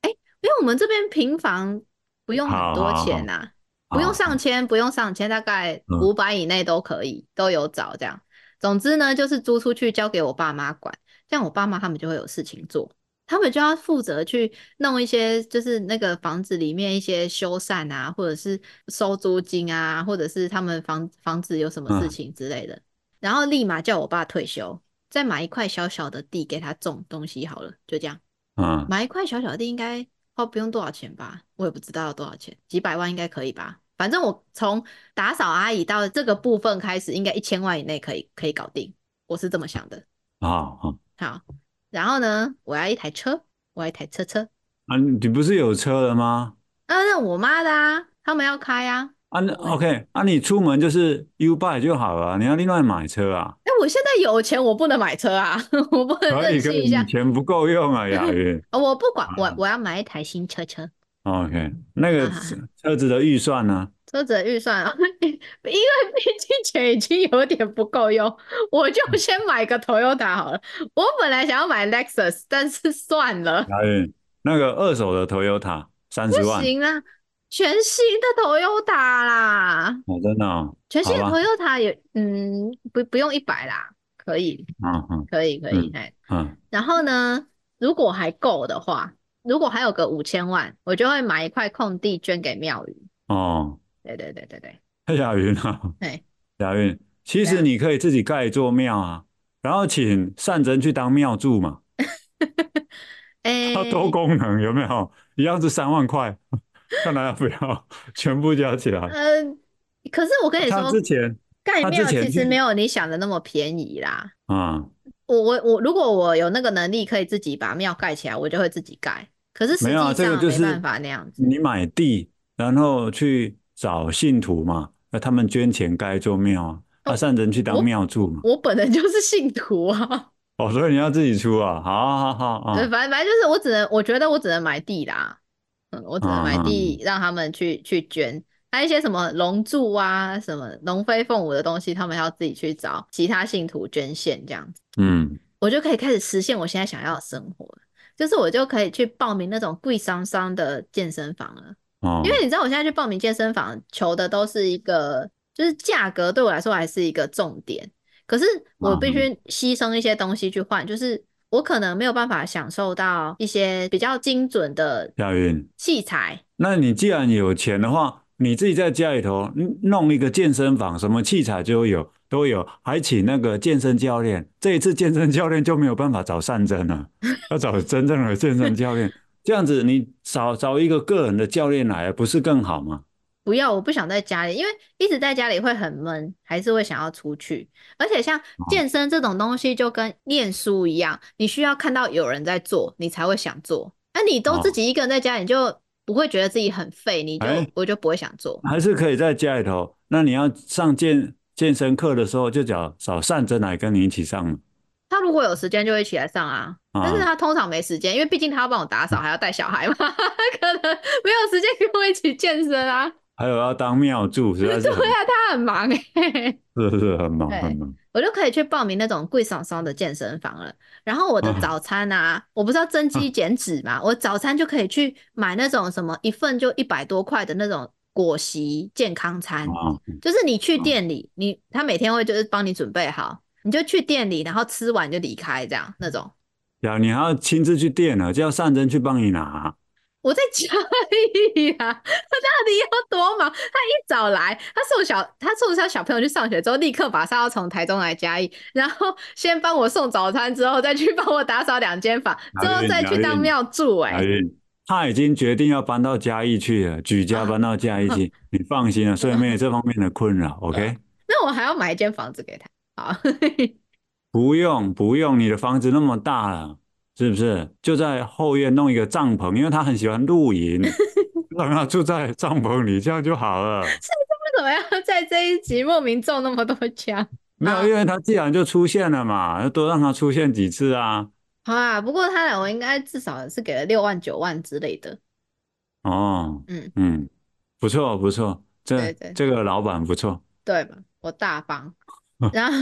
Speaker 1: 哎、因为我们这边平房不用很
Speaker 2: 好
Speaker 1: 多
Speaker 2: 好好
Speaker 1: 钱呐、啊不用
Speaker 2: 好
Speaker 1: 上千，不用上千，大概
Speaker 2: 嗯
Speaker 1: 五百以内都可以，都有找这样。总之呢，就是租出去交给我爸妈管，这样我爸妈他们就会有事情做，他们就要负责去弄一些，就是那个房子里面一些修缮啊，或者是收租金啊，或者是他们房房子有什么事
Speaker 2: 嗯
Speaker 1: 情之类的，然后立马叫我爸退休，再买一块小小的地给他种东西好了，就这样。
Speaker 2: 嗯，
Speaker 1: 买一块小小地应该花不用多少钱吧？我也不知道要多少钱，几百万应该可以吧？反正我从打扫阿姨到这个部分开始，应该一千万以内可以可以搞定，我是这么想的。
Speaker 2: 好好
Speaker 1: 好，然后呢，我要一台车，我要一台车车，
Speaker 2: 啊，你不是有车了吗？
Speaker 1: 啊，那我妈的啊，他们要开啊。
Speaker 2: 啊那
Speaker 1: 对
Speaker 2: ，OK，啊，你出门就是 U Bike 就好了，你要另外买车啊，
Speaker 1: 哎，我现在有钱，我不能买车啊， 我不能
Speaker 2: 可
Speaker 1: 任
Speaker 2: 以可
Speaker 1: 性
Speaker 2: 以，
Speaker 1: 一下
Speaker 2: 你，钱不够用啊，雅 云。
Speaker 1: 啊我不管，我我要买一台新车车。
Speaker 2: OK，那个
Speaker 1: 啊
Speaker 2: 车车子的预算呢？
Speaker 1: 车子的预算啊， 因为毕竟钱已经有点不够用，我就
Speaker 2: 嗯
Speaker 1: 先买个 Toyota 好了。我本来想要买 Lexus，但是 算了，
Speaker 2: 雅云，那个二手的 Toyota 三
Speaker 1: 不
Speaker 2: 十万，
Speaker 1: 行啊，全新的 Toyota 啦，
Speaker 2: 哦，真的哦，
Speaker 1: 全新的
Speaker 2: 好吧
Speaker 1: Toyota 也，嗯，不不用一百啦，可以，
Speaker 2: 嗯嗯
Speaker 1: 可以，可以，
Speaker 2: 嗯
Speaker 1: 哎，
Speaker 2: 嗯，
Speaker 1: 然后呢，如果还够的话，如果还有个五千万，我就会买一块空地捐给庙宇。
Speaker 2: 哦，
Speaker 1: 对对对对对，
Speaker 2: 雅云啊，
Speaker 1: 对，
Speaker 2: 雅云，其
Speaker 1: 对
Speaker 2: 实
Speaker 1: 啊
Speaker 2: 你可以自己盖一座庙啊，然后请善人去当庙祝嘛，
Speaker 1: 哎、
Speaker 2: 它多功能有没有？一样是三万块， 看来要不要全部加起来？
Speaker 1: 呃，可是我跟你
Speaker 2: 啊他
Speaker 1: 说，
Speaker 2: 之前
Speaker 1: 盖
Speaker 2: 他之
Speaker 1: 庙
Speaker 2: 前
Speaker 1: 其实
Speaker 2: 去
Speaker 1: 没有你想的那么便宜啦。
Speaker 2: 啊、
Speaker 1: 我我我，如果我有那个能力可以自己把庙盖起来，我就会自己盖。可是实
Speaker 2: 没有啊，
Speaker 1: 际
Speaker 2: 这个
Speaker 1: 上
Speaker 2: 就
Speaker 1: 没
Speaker 2: 是
Speaker 1: 办法那样子。
Speaker 2: 你买地，然后去找信徒嘛，那他们捐钱盖一座庙啊，
Speaker 1: 哦
Speaker 2: 啊，善人去
Speaker 1: 我
Speaker 2: 当庙祝嘛。
Speaker 1: 我本人就是信徒啊，
Speaker 2: 哦，所以你要自己出啊，好好好啊
Speaker 1: 对，，反正反正就是我只能，我觉得我只能买地啦，嗯，我只能买
Speaker 2: 嗯嗯
Speaker 1: 地让他们去去捐，还有一些什么龙柱啊、什么龙飞凤舞的东西，他们要自己去找其他信徒捐献这样子。
Speaker 2: 嗯，
Speaker 1: 我就可以开始实现我现在想要的生活了，就是我就可以去报名那种贵桑桑的健身房了。
Speaker 2: 哦
Speaker 1: 因，为你知道，我现在去报名健身房，求的都是一个，就是价格对我来说还是一个重点。可是我必须牺牲一些东西去换，就是我可能没有办法享受到一些比较精准的
Speaker 2: 亚云，
Speaker 1: 器材。
Speaker 2: 那你既然有钱的话，你自己在家里头嗯弄一个健身房，什么器材就有都有，还请那个健身教练。这一次健身教练就没有办法找善真了，要找真正的健身教练。这样子，你找找一个个人的教练来，不是更好吗？
Speaker 1: 不要，我不想在家里，因为一直在家里会很闷，还是会想要出去。而且
Speaker 2: 哦
Speaker 1: 像健身这种东西，就跟念书一样，你需要看到有人在做，你才会想做。那、你都自
Speaker 2: 哦
Speaker 1: 己一个人在家，你就不会觉得自己很废，你就
Speaker 2: 哎
Speaker 1: 我就不会想做。
Speaker 2: 还是可以在家里头。那你要上健健身课的时候，就找找善真来跟你一起上嘛
Speaker 1: 他如果有时间就会一起来上啊，但是
Speaker 2: 啊嗯
Speaker 1: 他通常没时间，因为毕竟他要帮我打扫，还要带小孩嘛， 可能没有时间跟我一起健身啊。
Speaker 2: 还有要当庙祝，实在是
Speaker 1: 对
Speaker 2: 很
Speaker 1: 啊，他很忙哎、
Speaker 2: 是是是很忙
Speaker 1: 对
Speaker 2: 很忙。
Speaker 1: 我就可以去报名那种贵桑桑的健身房了。然后我的
Speaker 2: 啊
Speaker 1: 早餐啊，我不是要增肌减脂嘛，我早餐就可以去买那种什么一份就一百多块的那种果昔健康餐，
Speaker 2: 啊，
Speaker 1: 就是你去
Speaker 2: 啊
Speaker 1: 店里，你他每天会就是帮你准备好，你就去店里，然后吃完就离开这样那种。
Speaker 2: 然后你还要亲自去店了，叫善真去帮你拿。
Speaker 1: 我在家里呀、他到底有多忙？他一早来，他送小他送他小朋友去上学之后，立刻马上要从台中来嘉义，然后先帮我送早餐，之后再去帮我打扫两间房，之后再去当庙祝、
Speaker 2: 阿
Speaker 1: 哎，
Speaker 2: 云，他已经决定要搬到嘉义去了，举家
Speaker 1: 啊
Speaker 2: 搬到嘉义去， 你放心啊了，所以没有这方面的困扰。OK，
Speaker 1: 那我还要买一间房子给他。好，
Speaker 2: 不用不用，你的房子那么大了，是不是？就在后院弄一个帐篷，因为他很喜欢露 营，让他住在帐篷里，这样就 好了。
Speaker 1: 为什么要在这一集莫名中那么多 枪
Speaker 2: 没
Speaker 1: 好
Speaker 2: 有，因为他既然就出现了嘛，那多让他出现几次啊。
Speaker 1: 啊？不过他俩我应该至少是给了六万九万之类的。
Speaker 2: 哦，
Speaker 1: 嗯
Speaker 2: 嗯，不错不错，
Speaker 1: 对
Speaker 2: 这
Speaker 1: 对
Speaker 2: 这个老板不错。
Speaker 1: 对吧？我大方，然后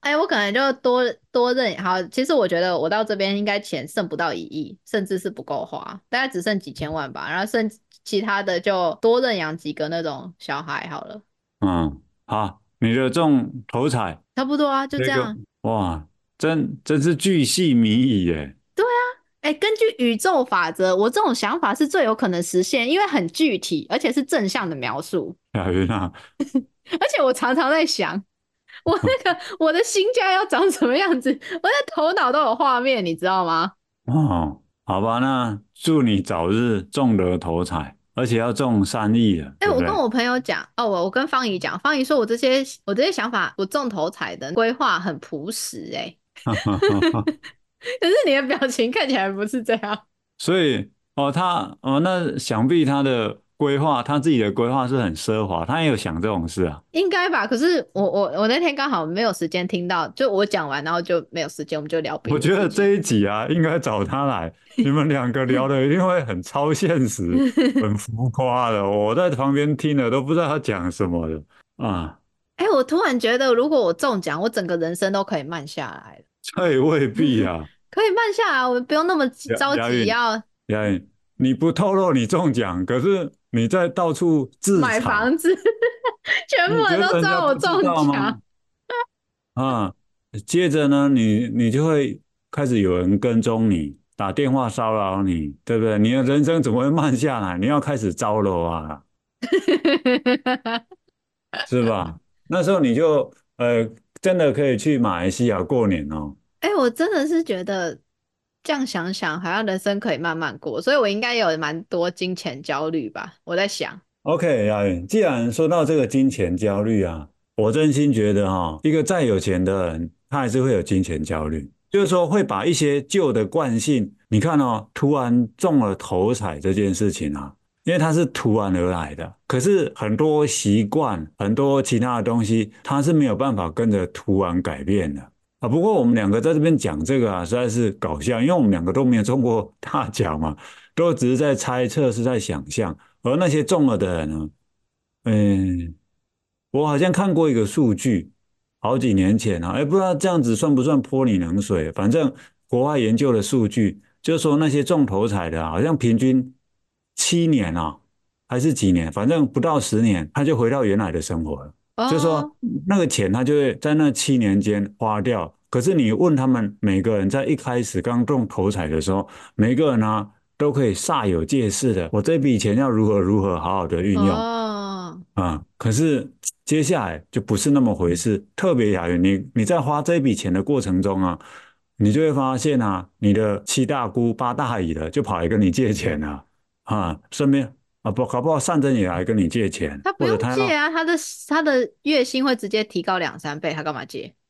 Speaker 1: 哎，我可能就多多认好。其实我觉得我到这边应该钱剩不到一亿，甚至是不够花，大概只剩几千万吧。然后剩其他的就多认养几个那种小孩好了，
Speaker 2: 嗯，好，你的中头彩
Speaker 1: 差不多啊，就这
Speaker 2: 那个
Speaker 1: 样。
Speaker 2: 哇，真真是巨细靡遗耶。
Speaker 1: 哎，根据宇宙法则，我这种想法是最有可能实现，因为很具体，而且是正向的描述。
Speaker 2: 小云啊，
Speaker 1: 而且我常常在想，我那个我的新家要长什么样子，我的头脑都有画面，你知道吗？
Speaker 2: 哦，好吧，那祝你早日中得头彩，而且要中三亿了，
Speaker 1: 哎、
Speaker 2: 对不
Speaker 1: 我
Speaker 2: 对
Speaker 1: 跟？我朋友讲，哦，我我跟方怡讲，方怡说我这些我这些想法，我中头彩的规划很朴实、欸，可是你的表情看起来不是这样，
Speaker 2: 所以哦，他哦，那想必他的规划，他自己的规划是很奢华，他也有想这种事啊。
Speaker 1: 应该吧？可是我我我那天刚好没有时间听到，就我讲完，然后就没有时间，我们就聊别
Speaker 2: 我
Speaker 1: 的事
Speaker 2: 觉
Speaker 1: 情。
Speaker 2: 得这一集啊，应该找他 来，你们两个聊的一定会很超现实、很浮夸的。我在旁边听了都不知道他讲什么了啊，
Speaker 1: 哎、我突然觉得，如果我中奖，我整个人生都可以慢下来了，
Speaker 2: 这也未必啊。
Speaker 1: 可以慢下来，我不用那么急
Speaker 2: 了
Speaker 1: 着
Speaker 2: 了
Speaker 1: 急
Speaker 2: 解
Speaker 1: 要
Speaker 2: 杨颖，哎你不透露你中奖，可是你在到处自
Speaker 1: 买
Speaker 2: 嘲，
Speaker 1: 房子， 全部
Speaker 2: 你觉
Speaker 1: 人
Speaker 2: 得
Speaker 1: 都知道
Speaker 2: 人家
Speaker 1: 我
Speaker 2: 不知道
Speaker 1: 中奖
Speaker 2: 吗。？啊，接着呢，你你就会开始有人跟踪你，打电话骚扰你，对不对？你的人生怎么会慢下来？你要开始招楼啊，是吧？那时候你就呃，真的可以去马来西亚过年哦。
Speaker 1: 哎、我真的是觉得这样想想，好像人生可以慢慢过，所以我应该有蛮多金钱焦虑吧？我在想，
Speaker 2: OK，雅云，既然说到这个金钱焦虑啊，我真心觉得哈、一个再有钱的人，他还是会有金钱焦虑，就是说会把一些旧的惯性，你看哦，突然中了头彩这件事情啊，因为它是突然而来的，可是很多习惯、很多其他的东西，它是没有办法跟着突然改变的啊。不过我们两个在这边讲这个啊，实在是搞笑，因为我们两个都没有中过大奖嘛，都只是在猜测，是在想象。而那些中了的人呢，嗯，我好像看过一个数据，好几年前啊，哎，不知道这样子算不算泼你冷水？反正国外研究的数据，就是说那些中头彩的啊，好像平均七年啊，还是几年，反正不到十年，他就回到原来的生活了。就是
Speaker 1: 哦，
Speaker 2: 说那个钱他就会在那七年间花掉。可是你问他们每个人在一开始刚中头彩的时候，每个人呢、都可以煞有介事的，我这笔钱要如何如何好好的运用
Speaker 1: 哦，
Speaker 2: 啊、可是接下来就不是那么回事，特别雅云，你你在花这笔钱的过程中啊，你就会发现啊，你的七大姑八大姨的就跑来跟你借钱了啊、顺便啊不搞不好善珍也来跟你借钱，
Speaker 1: 他不
Speaker 2: 或者
Speaker 1: 用
Speaker 2: 他要。
Speaker 1: 借啊，他的他的月薪会直接提高两三倍，他干嘛借？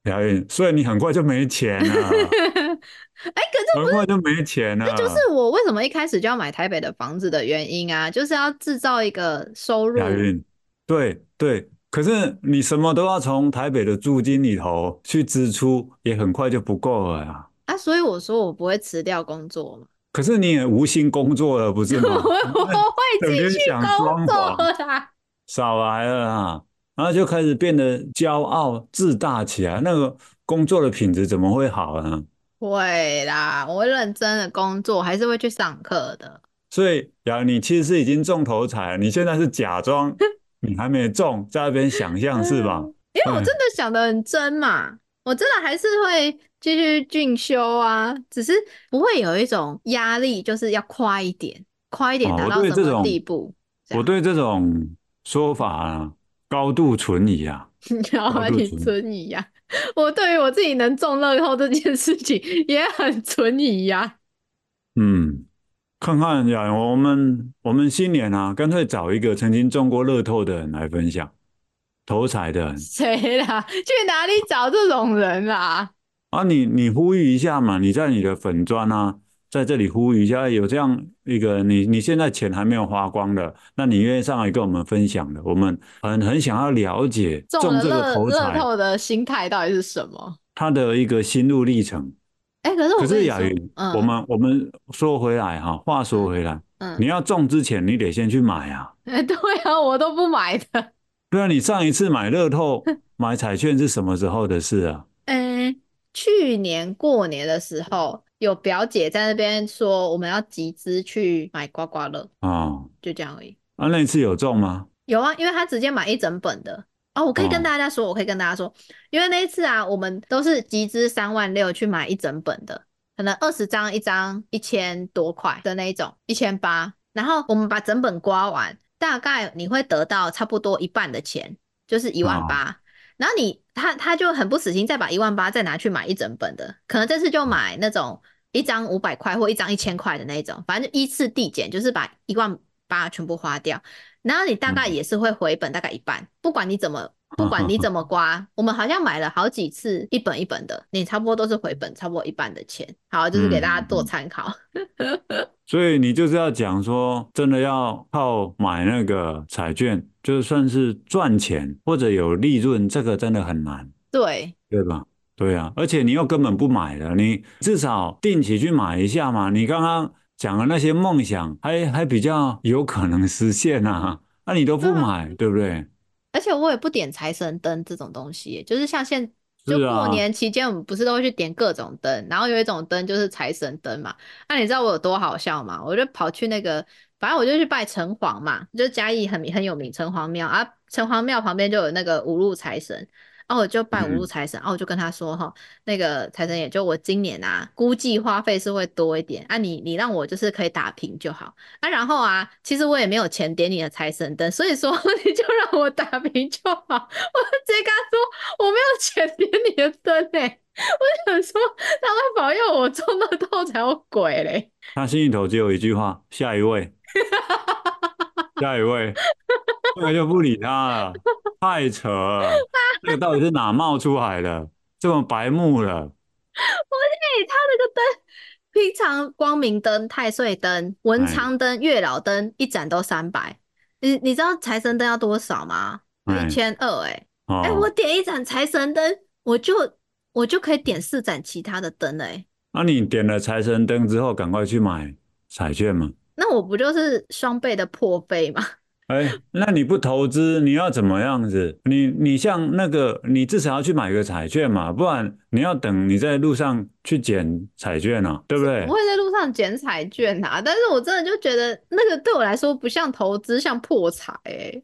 Speaker 2: 表
Speaker 1: 嗯
Speaker 2: 演，所以你很快就没钱了，
Speaker 1: 哎、可是
Speaker 2: 很快就没钱啊了。
Speaker 1: 这就是我为什么一开始就要买台北的房子的原因啊，就是要制造一个收
Speaker 2: 亚
Speaker 1: 入。
Speaker 2: 运，对对，可是你什么都要从台北的租金里头去支出，也很快就不够了啊。
Speaker 1: 啊，所以我说我不会辞掉工作嘛，
Speaker 2: 可是你也无心工作了，不是
Speaker 1: 我
Speaker 2: 吗？
Speaker 1: 我会
Speaker 2: 整
Speaker 1: 继
Speaker 2: 天
Speaker 1: 续
Speaker 2: 想
Speaker 1: 工
Speaker 2: 装
Speaker 1: 作
Speaker 2: 潢，
Speaker 1: 啦。
Speaker 2: 少来了啊，然后就开始变得骄傲自大起来，那个工作的品质怎么会好呢？
Speaker 1: 会啦，我会认真的工作，还是会去上课的。
Speaker 2: 所以，然后你其实是已经中头彩了，你现在是 假装你还没中，在那边想象是吧？
Speaker 1: 嗯，因为我真
Speaker 2: 哎
Speaker 1: 的想的很真嘛，我真的还是会继续进修啊，只是不会有一种压力，就是要快一点，快一点
Speaker 2: 哦，
Speaker 1: 达
Speaker 2: 我
Speaker 1: 到
Speaker 2: 对
Speaker 1: 什
Speaker 2: 这
Speaker 1: 么
Speaker 2: 种
Speaker 1: 地步，这
Speaker 2: 我
Speaker 1: 样。
Speaker 2: 对这种说法啊，高度存疑啊，
Speaker 1: 你知道
Speaker 2: 高
Speaker 1: 吗？
Speaker 2: 度
Speaker 1: 你
Speaker 2: 存疑。
Speaker 1: 存疑呀、啊我对于我自己能中乐透这件事情也很存疑啊呀、
Speaker 2: 嗯，看看呀，我们我们新年啊，干脆找一个曾经中过乐透的人来分享，头彩的人
Speaker 1: 谁啦？去哪里找这种人啦？
Speaker 2: 啊，你你呼吁一下嘛，你在你的粉砖啊，在这里呼吁一下，哎有这样一个你你现在钱还没有花光的，那你愿意上来跟我们分享的，我们很很想要了解
Speaker 1: 中
Speaker 2: 中
Speaker 1: 了
Speaker 2: 这个
Speaker 1: 乐
Speaker 2: 头
Speaker 1: 乐
Speaker 2: 彩
Speaker 1: 透的心态到底是什么？
Speaker 2: 他的一个心路历程。
Speaker 1: 哎、可是
Speaker 2: 可
Speaker 1: 我跟
Speaker 2: 是
Speaker 1: 你
Speaker 2: 雅
Speaker 1: 说，
Speaker 2: 云，我
Speaker 1: 嗯
Speaker 2: 们我们说回来哈、话说回来，
Speaker 1: 嗯，
Speaker 2: 你要种之前，你得先去买啊。
Speaker 1: 哎、 对啊，我都不买的。
Speaker 2: 对啊，你上一次买 乐透、买彩券是什么时候的事啊？
Speaker 1: 嗯、去年过年的时候，有表姐在那边说我们要集资去买刮刮乐，
Speaker 2: 哦，
Speaker 1: 就这样而已。
Speaker 2: 啊，那一次有中吗？
Speaker 1: 有啊，因为他直接买一整本的。哦，我可以跟
Speaker 2: 哦，
Speaker 1: 大家说，我可以跟大家说，因为那一次啊，我们都是集资三万六去买一整本的，可能二十张一张一千多块的那一种，一千八。然后我们把整本刮完，大概你会得到差不多一半的钱，就是一万
Speaker 2: 哦，
Speaker 1: 八。然后你他他就很不死心，再把一万八再拿去买一整本的，可能这次就买那种一张五百块或一张一千块的那一种，反正就依次递减，就是把一万八全部花掉。然后你大概
Speaker 2: 嗯，
Speaker 1: 也是会回本大概一半，不管你怎 么，不
Speaker 2: 哈
Speaker 1: 管
Speaker 2: 哈
Speaker 1: 你
Speaker 2: 哈，
Speaker 1: 怎么刮，我们好像买了好几次一本一本的，你差不多都是回本，差不多一半的钱。好，就是给
Speaker 2: 嗯
Speaker 1: 大家
Speaker 2: 嗯
Speaker 1: 做
Speaker 2: 嗯。
Speaker 1: 参考。
Speaker 2: 所以你就是要讲说，真的要靠买那个彩券，就算是赚钱或者有利润，这个真的很难。
Speaker 1: 对，
Speaker 2: 对吧？对啊，而且你又根本不买了，你至少定期去买一下嘛。你刚刚讲的那些梦想还，还比较有可能实现啊，那、你都
Speaker 1: 对
Speaker 2: 不
Speaker 1: 啊，
Speaker 2: 买，对不对？
Speaker 1: 而且我也不点财神灯这种东西耶，就是像现就是过
Speaker 2: 啊，
Speaker 1: 年期间，我们不是都会去点各种灯，然后有一种灯就是财神灯嘛。那、你知道我有多好笑吗？我就跑去那个，反正我就去拜城隍嘛，就是嘉义很很有名城隍庙啊，城隍庙旁边就有那个五路财神。哦，我就拜五路
Speaker 2: 嗯
Speaker 1: 财神，哦，我就跟他说哈，那个财神爷，就我今年啊，估计花费是会多一点啊你，你让我就是可以打平就好啊。然后啊，其实我也没有钱点你的财神灯，所以说 你就让我打平就好。 我直接跟他说我没有钱点你的灯嘞、 我想说他会保佑我中到头才有鬼嘞。
Speaker 2: 他心里头只有一句话：下 一位，下一位，后来就不理他了，太扯 了，这个到底是哪冒出来的？这么白目了，
Speaker 1: 对，它那个灯，平常光明灯、太岁灯、文
Speaker 2: 哎
Speaker 1: 昌灯、月老灯一盏都三百，你你知道财神灯要多少吗？一
Speaker 2: 哎，
Speaker 1: 千二哎哎，我
Speaker 2: 哦，
Speaker 1: 点一盏财神灯，我就我就可以点四盏其他的灯哎、
Speaker 2: 那、你点了财神灯之后，赶快去买彩券嘛。
Speaker 1: 那我不就是双倍的破费吗？
Speaker 2: 哎，那你不投资，你要怎么样子？你你像那个，你至少要去买个彩券嘛，不然你要等你在路上去捡彩券啊，对 不
Speaker 1: 我
Speaker 2: 对？
Speaker 1: 会在路上捡彩券啊，但是我真的就觉得那个对我来说不像投资，像破财哎、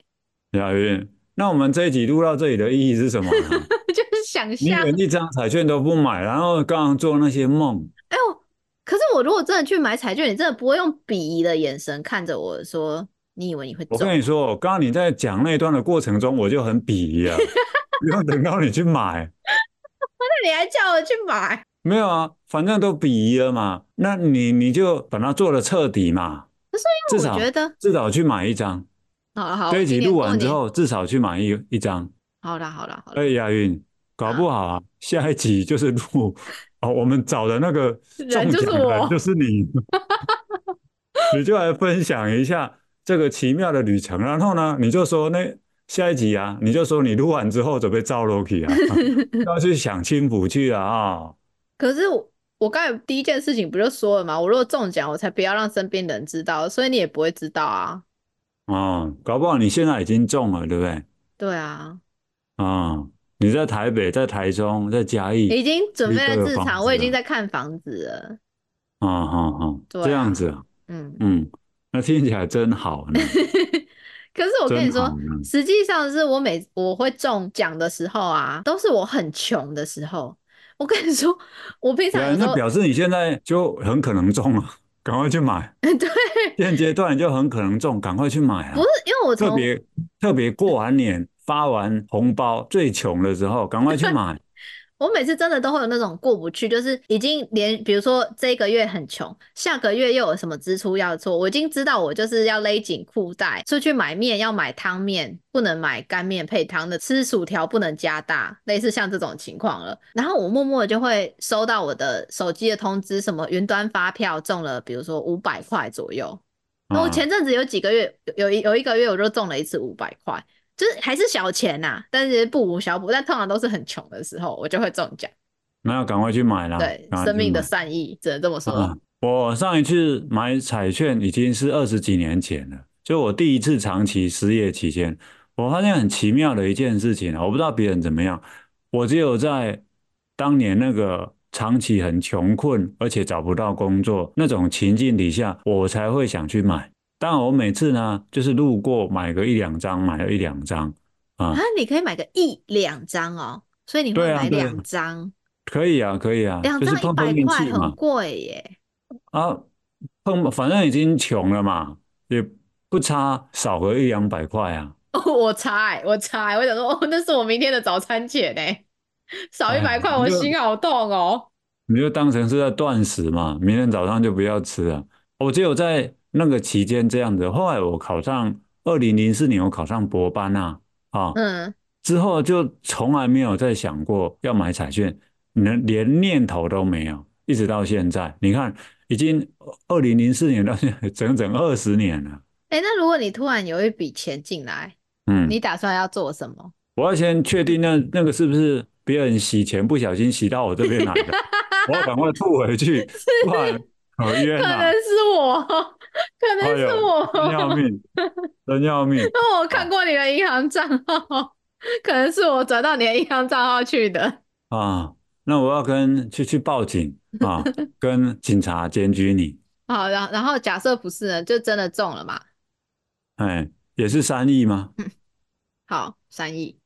Speaker 2: 雅云，那我们这一集录到这里的意义是什 么呢？
Speaker 1: 就是想
Speaker 2: 你
Speaker 1: 象。
Speaker 2: 连一张彩券都不买，然后刚刚做那些梦，
Speaker 1: 哎呦，可是我如果真的去买彩券，你真的不会用鄙夷的眼神看着我说：“你以为你会
Speaker 2: 我
Speaker 1: 中
Speaker 2: 跟你说，刚刚你在讲那一段的过程中，我就很鄙夷啊，不用等到你去买，
Speaker 1: 那 你还叫我去买？
Speaker 2: 没有啊，反正都鄙夷了嘛，那你你就把它做的彻底嘛，
Speaker 1: 因
Speaker 2: 至
Speaker 1: 为我觉
Speaker 2: 少
Speaker 1: 得，
Speaker 2: 至少去买一张。
Speaker 1: 好了好，
Speaker 2: 这
Speaker 1: 我
Speaker 2: 一
Speaker 1: 今
Speaker 2: 集
Speaker 1: 年
Speaker 2: 录
Speaker 1: 过
Speaker 2: 完之
Speaker 1: 年，
Speaker 2: 后，至少去买一一张。
Speaker 1: 好啦好啦好
Speaker 2: 哎，
Speaker 1: 啦，
Speaker 2: 亚运，搞
Speaker 1: 啊，
Speaker 2: 不好啊，下一集就是 录哦，我们找的那个
Speaker 1: 人
Speaker 2: 中
Speaker 1: 就是
Speaker 2: 奖人就
Speaker 1: 我，
Speaker 2: 是你， 你就来分享一下这个奇妙的旅程。啊然后呢，你就说那下一集啊，你就说你录完之后准备造 Loki 啊， 要去享清福去了啊。
Speaker 1: 可是我我刚才第一件事情不就说了吗？我如果中奖，我才不要让身边的人知道，所以你也不会知道啊。
Speaker 2: 哦，搞不好你现在已经中了，对不对？
Speaker 1: 对啊，
Speaker 2: 啊、你在台北，在台中，在嘉义，
Speaker 1: 已经准
Speaker 2: 你
Speaker 1: 备
Speaker 2: 都
Speaker 1: 了
Speaker 2: 有
Speaker 1: 自
Speaker 2: 房
Speaker 1: 产，我
Speaker 2: 子
Speaker 1: 已经
Speaker 2: 了。
Speaker 1: 在看房子了。
Speaker 2: 啊哈哈，这
Speaker 1: 对
Speaker 2: 样
Speaker 1: 啊，
Speaker 2: 子啊。
Speaker 1: 嗯。
Speaker 2: 嗯，那听起来真好呢，
Speaker 1: 可是 我跟
Speaker 2: 真
Speaker 1: 你说，
Speaker 2: 好呢。
Speaker 1: 实际上是我每我会中奖的时候啊，都是我很穷的时候。我跟你说，我平
Speaker 2: 对
Speaker 1: 常
Speaker 2: 啊，
Speaker 1: 有时
Speaker 2: 那
Speaker 1: 候，
Speaker 2: 表示你现在就很可能中了， 赶快去买。
Speaker 1: 对，
Speaker 2: 现阶段你就很可能中，赶快去买
Speaker 1: 不
Speaker 2: 啊！
Speaker 1: 是因为我
Speaker 2: 特
Speaker 1: 从
Speaker 2: 别特别过完年发完红包最穷的时候，赶快去买。
Speaker 1: 我每次真的都会有那种过不去，就是已经连比如说这个月很穷，下个月又有什么支出要做，我已经知道我就是要勒紧裤带出去买面，要买汤面，不能买干面配汤的，吃薯条不能加大，类似像这种情况了。然后我默默的就会收到我的手机的通知，什么云端发票中了，比如说五百块左右。那 我
Speaker 2: 啊，
Speaker 1: 前阵子有几个月，有有一有一个月我就中了一次五百块。就是还是小钱呐、但是不无小补，但通常都是很穷的时候，我就会中奖。
Speaker 2: 那要赶快去买啦，
Speaker 1: 对，
Speaker 2: 赶快
Speaker 1: 生
Speaker 2: 去
Speaker 1: 命的
Speaker 2: 买
Speaker 1: 善意，只能这么
Speaker 2: 啊！
Speaker 1: 说。
Speaker 2: 我上一次买彩券已经是二十几年前了，就我第一次长期失业期间，我发现很奇妙的一件事情啊，我不知道别人怎么样，我只有在当年那个长期很穷困，而且找不到工作那种情境底下，我才会想去买。当然，我每次呢，就是路过买个一两张，买了一两张
Speaker 1: 啊，
Speaker 2: 啊，
Speaker 1: 你可以买个一两张哦，所以你会
Speaker 2: 对啊，
Speaker 1: 买
Speaker 2: 对啊，
Speaker 1: 两张，
Speaker 2: 可以啊，可以啊，
Speaker 1: 两
Speaker 2: 就是
Speaker 1: 张一
Speaker 2: 碰碰
Speaker 1: 百
Speaker 2: 运
Speaker 1: 块
Speaker 2: 气
Speaker 1: 很
Speaker 2: 嘛。
Speaker 1: 贵耶。
Speaker 2: 啊，碰，反正已经穷了嘛，也不差少个一两百块啊。
Speaker 1: 哦，我猜，我猜，我想说，哦，那是我明天的早餐钱呢，少一
Speaker 2: 哎
Speaker 1: 百
Speaker 2: 呀，
Speaker 1: 块，
Speaker 2: 你
Speaker 1: 我
Speaker 2: 就
Speaker 1: 心好痛哦。
Speaker 2: 你就当成是在断食嘛，明天早上就不要吃了。我只有在那个期间这样子，后来我考上二零零四年，我考上博班啊，啊，
Speaker 1: 嗯，
Speaker 2: 之后就从来没有再想过要买彩券，连连念头都没有，一直到现在。你看，已经二零零四年到现在整整二十年了，
Speaker 1: 哎，那如果你突然有一笔钱进来，
Speaker 2: 嗯。
Speaker 1: 你打算要做什么？
Speaker 2: 我要先确定那那个是不是别人洗钱不小心洗到我这边来的，我要赶快吐回去，不然可 冤
Speaker 1: 可能
Speaker 2: 呐、
Speaker 1: 是我，可能
Speaker 2: 哎
Speaker 1: 是
Speaker 2: 呦，真要
Speaker 1: 我。
Speaker 2: 命，真要命！
Speaker 1: 那我看
Speaker 2: 啊
Speaker 1: 过你的银行账号，可能是我转到你的银行账号去的。
Speaker 2: 啊，那我要跟去去报警啊，跟警察检举你。
Speaker 1: 好，然后然后假设不是呢，就真的中了嘛？
Speaker 2: 哎，也是三亿吗？
Speaker 1: 好，三亿。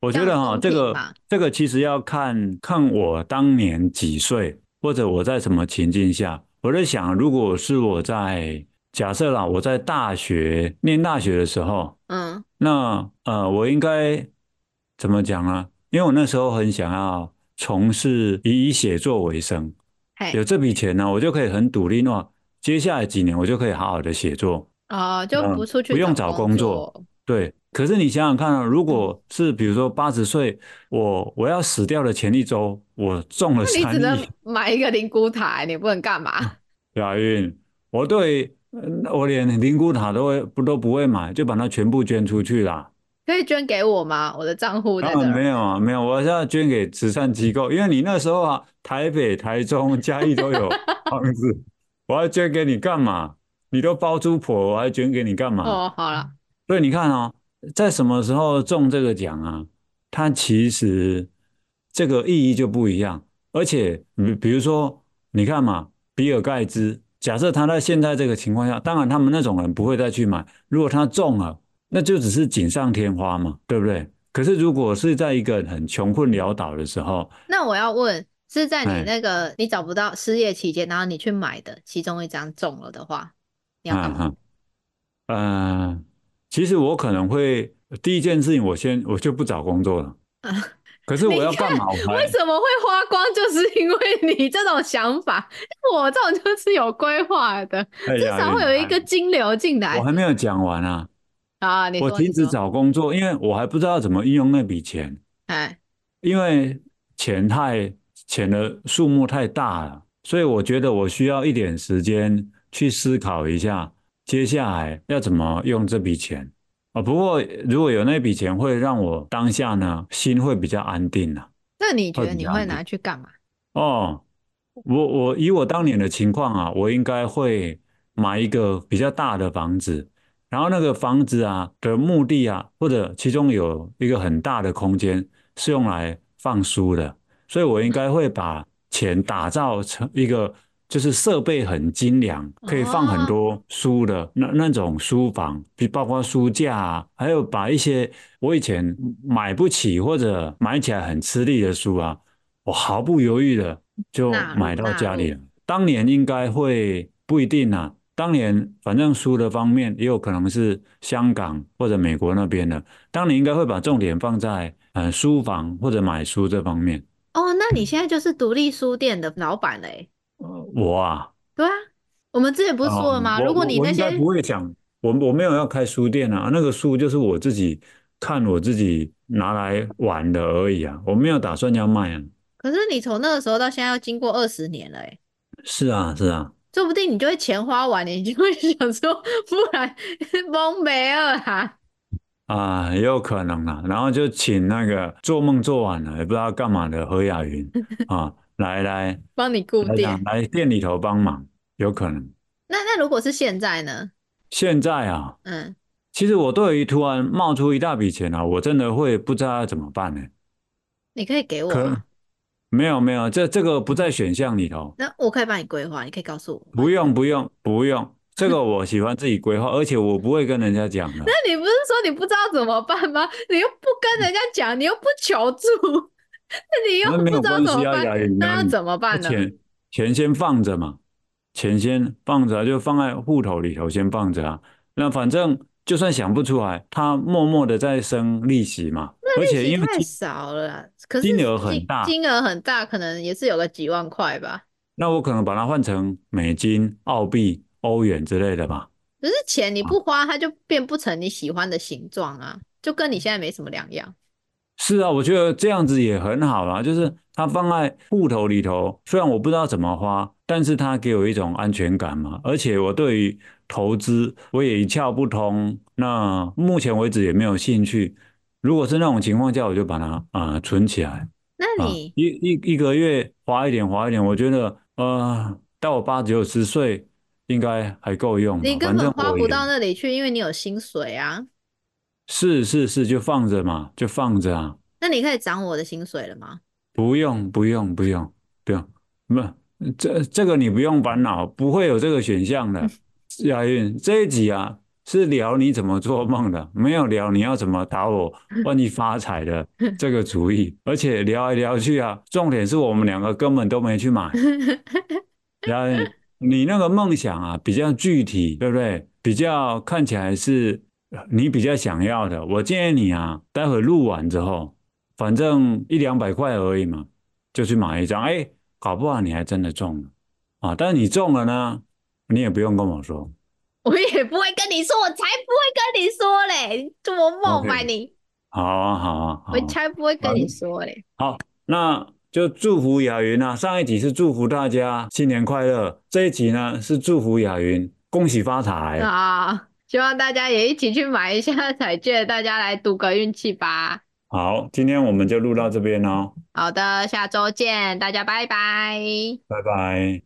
Speaker 2: 我觉得哈、
Speaker 1: 公
Speaker 2: 这
Speaker 1: 平
Speaker 2: 个
Speaker 1: 吧
Speaker 2: 这个其实要看看我当年几岁，或者我在什么情境下。我在想，如果是我在假设啦，我在大学念大学的时候，
Speaker 1: 嗯
Speaker 2: 那呃，我应该怎么讲呢？因为我那时候很想要从事以以写作为生，有
Speaker 1: 嘿，
Speaker 2: 这笔钱呢，我就可以很笃定哦，接下来几年我就可以好好的写作。
Speaker 1: 哦，就
Speaker 2: 嗯
Speaker 1: 不出去
Speaker 2: 不用找
Speaker 1: 找
Speaker 2: 工作
Speaker 1: 作，
Speaker 2: 对，可是你想想看啊，
Speaker 1: 嗯
Speaker 2: 如果是比如说八十岁，我我要死掉的前一周，我中了
Speaker 1: 那你
Speaker 2: 三
Speaker 1: 只能
Speaker 2: 亿嗯
Speaker 1: 买一个灵骨塔，欸你不能干嘛？
Speaker 2: 亚运，我对嗯我连灵骨塔都会不都不会买，就把它全部捐出去啦。
Speaker 1: 可以捐给我吗？我的账户
Speaker 2: 当
Speaker 1: 在这
Speaker 2: 然没
Speaker 1: 儿。
Speaker 2: 有啊，没有，我是要捐给慈善机构，因为你那时候啊，台北、台中、嘉义都有房子，我要捐给你干嘛？你都包租婆，我还捐给你干嘛？
Speaker 1: 哦，好了，
Speaker 2: 所以你看哦，在什么时候中这个奖啊？它其实这个意义就不一样。而且，比比如说，你看嘛，比尔盖茨，假设他在现在这个情况下，当然他们那种人不会再去买。如果他中了，那就只是锦上添花嘛，对不对？可是如果是在一个很穷困潦倒的时候，
Speaker 1: 那我要问，是在你
Speaker 2: 哎
Speaker 1: 那个你找不到失业期间，然后你去买的其中一张中了的话，你要干
Speaker 2: 啊
Speaker 1: 嘛？
Speaker 2: 哈，呃，其实我可能会第一件事情，我先我就不找工作了。 可是我
Speaker 1: 你
Speaker 2: 要干
Speaker 1: 看
Speaker 2: 嘛？我还
Speaker 1: 为什么会花光，就是因为你这种想法。 我这种就是有规划的，
Speaker 2: 哎
Speaker 1: 至
Speaker 2: 呀
Speaker 1: 少会有一个金流进
Speaker 2: 我
Speaker 1: 来
Speaker 2: 还没有讲完啊，
Speaker 1: 啊。你
Speaker 2: 我
Speaker 1: 说，你
Speaker 2: 停止
Speaker 1: 说，
Speaker 2: 找工作，因为我还不知道怎么运用那笔钱，
Speaker 1: 哎，
Speaker 2: 因为钱太钱的数目太大了，所以我觉得我需要一点时间去思考一下，接下来要怎么用这笔钱啊。不过如果有那笔钱，会让我当下呢心会比较安定啊。
Speaker 1: 那你觉
Speaker 2: 会
Speaker 1: 得
Speaker 2: 比
Speaker 1: 你
Speaker 2: 较
Speaker 1: 会
Speaker 2: 安定
Speaker 1: 拿去干嘛？
Speaker 2: 哦，我我以我当年的情况啊，我应该会买一个比较大的房子，然后那个房子啊的目的啊，或者其中有一个很大的空间是用来放书的，所以我应该会把钱打造成一个就是设备很精良，可以放很
Speaker 1: 哦
Speaker 2: 多书的那那种书房，比包括书架啊，还有把一些我以前买不起或者买起来很吃力的书啊。我毫不犹豫的就
Speaker 1: 纳
Speaker 2: 买
Speaker 1: 入
Speaker 2: 到
Speaker 1: 纳
Speaker 2: 家里
Speaker 1: 入，
Speaker 2: 了。当年应该会不一定啊，当年反正输的方面也有可能是香港或者美国那边的。当年应该会把重点放在呃书房或者买书这方面。
Speaker 1: 哦，那你现在就是独立书店的老板嘞？
Speaker 2: 呃，我啊，
Speaker 1: 对啊，我们之前不是
Speaker 2: 啊、
Speaker 1: 说了吗？
Speaker 2: 我
Speaker 1: 如果
Speaker 2: 我
Speaker 1: 你
Speaker 2: 我
Speaker 1: 那
Speaker 2: 应该
Speaker 1: 些
Speaker 2: 不会讲，我我没有要开书店啊，那个书就是我自己看我自己拿来玩的而已啊，我没有打算要卖啊。
Speaker 1: 可是你从那个时候到现在要经过二十年了、欸，
Speaker 2: 是啊，是啊。
Speaker 1: 说不定你就会钱花完，你就会想说， 不然蒙没了啊。
Speaker 2: 啊，也有可能啦。然后就请那个做梦做晚了也不知道干嘛的何雅云啊，来来
Speaker 1: 帮你顾
Speaker 2: 来讲
Speaker 1: 店。
Speaker 2: 来店里头帮忙，有可能。
Speaker 1: 那那如果是现在呢？
Speaker 2: 现在啊，
Speaker 1: 嗯，
Speaker 2: 其实我对于突然冒出一大笔钱啊，我真的会不知道要怎么办呢、
Speaker 1: 你可以给我
Speaker 2: 可
Speaker 1: 啊，
Speaker 2: 没有没有，这这个不在选项里头，
Speaker 1: 那我可以帮你规划，你可以告诉我吗？
Speaker 2: 不用不用不用，这个我喜欢自己规划，而且我不会跟人家讲的。
Speaker 1: 那你不是说你不知道怎么办吗？ 你又不跟人家讲，你又不求助，那你又
Speaker 2: 那没
Speaker 1: 不
Speaker 2: 有
Speaker 1: 知道
Speaker 2: 关
Speaker 1: 怎么
Speaker 2: 系啊，
Speaker 1: 办，
Speaker 2: 雅云
Speaker 1: 那
Speaker 2: 啊，
Speaker 1: 要
Speaker 2: 你
Speaker 1: 怎么
Speaker 2: 那
Speaker 1: 办呢？
Speaker 2: 钱钱先放着嘛，钱先放着啊就放在户头里头先放着啊。那反正就算想不出来，它默默的在生利息嘛，而
Speaker 1: 利
Speaker 2: 且
Speaker 1: 息
Speaker 2: 因为
Speaker 1: 太
Speaker 2: 金
Speaker 1: 少了啦，可是
Speaker 2: 金额很
Speaker 1: 金
Speaker 2: 大，
Speaker 1: 金额很大，可能也是有个几万块吧。
Speaker 2: 那我可能把它换成美金、澳币、欧元之类的吧。
Speaker 1: 可是钱你
Speaker 2: 啊
Speaker 1: 不花，它就变不成你喜欢的形状啊，就跟你现在没什么两样。
Speaker 2: 是啊，我觉得这样子也很好啦，就是它放在户头里头，虽然我不知道怎么花，但是它给我一种安全感嘛。而且我对于投资我也一窍不通，那目前为止也没有兴趣。如果是那种情况下，我就把它啊、呃存起来
Speaker 1: 那
Speaker 2: 啊，
Speaker 1: 你
Speaker 2: 一一一个月花一点，花一点，我觉得呃，到我八九十岁应该还够用
Speaker 1: 你
Speaker 2: 吧，
Speaker 1: 根
Speaker 2: 啊反
Speaker 1: 本
Speaker 2: 正
Speaker 1: 花
Speaker 2: 我
Speaker 1: 不
Speaker 2: 也。
Speaker 1: 到那里去，因为你有薪水啊。
Speaker 2: 是是是，就放着嘛，就放着啊。
Speaker 1: 那你可以涨我的薪水了吗？
Speaker 2: 不用，不用，不用，不用，不，这这个你不用烦恼，不会有这个选项的。亚运这一集啊，是聊你怎么做梦的，没有聊你要怎么打我万一发财的这个主意。而且聊来聊去啊，重点是我们两个根本都没去买。然后你那个梦想啊，比较具体，对不对？比较看起来是呃你比较想要的。我建议你啊，待会录完之后，反正一两百块而已嘛，就去买一张。哎，搞不好你还真的中了啊！但是你中了呢，你也不用跟我说。
Speaker 1: 我也不会跟你说，我才不会跟你说嘞，做梦吧
Speaker 2: OK
Speaker 1: 你，
Speaker 2: 好啊，好啊，好
Speaker 1: 我
Speaker 2: 啊。
Speaker 1: 才不会跟你说嘞。
Speaker 2: 那就祝福雅云啊！上一集是祝福大家新年快乐，这一集呢是祝福雅云恭喜发财。
Speaker 1: 啊，希望大家也一起去买一下彩券，大家来赌个运气吧。
Speaker 2: 好，今天我们就录到这边哦，
Speaker 1: 好的，下周见，大家拜拜。
Speaker 2: 拜拜。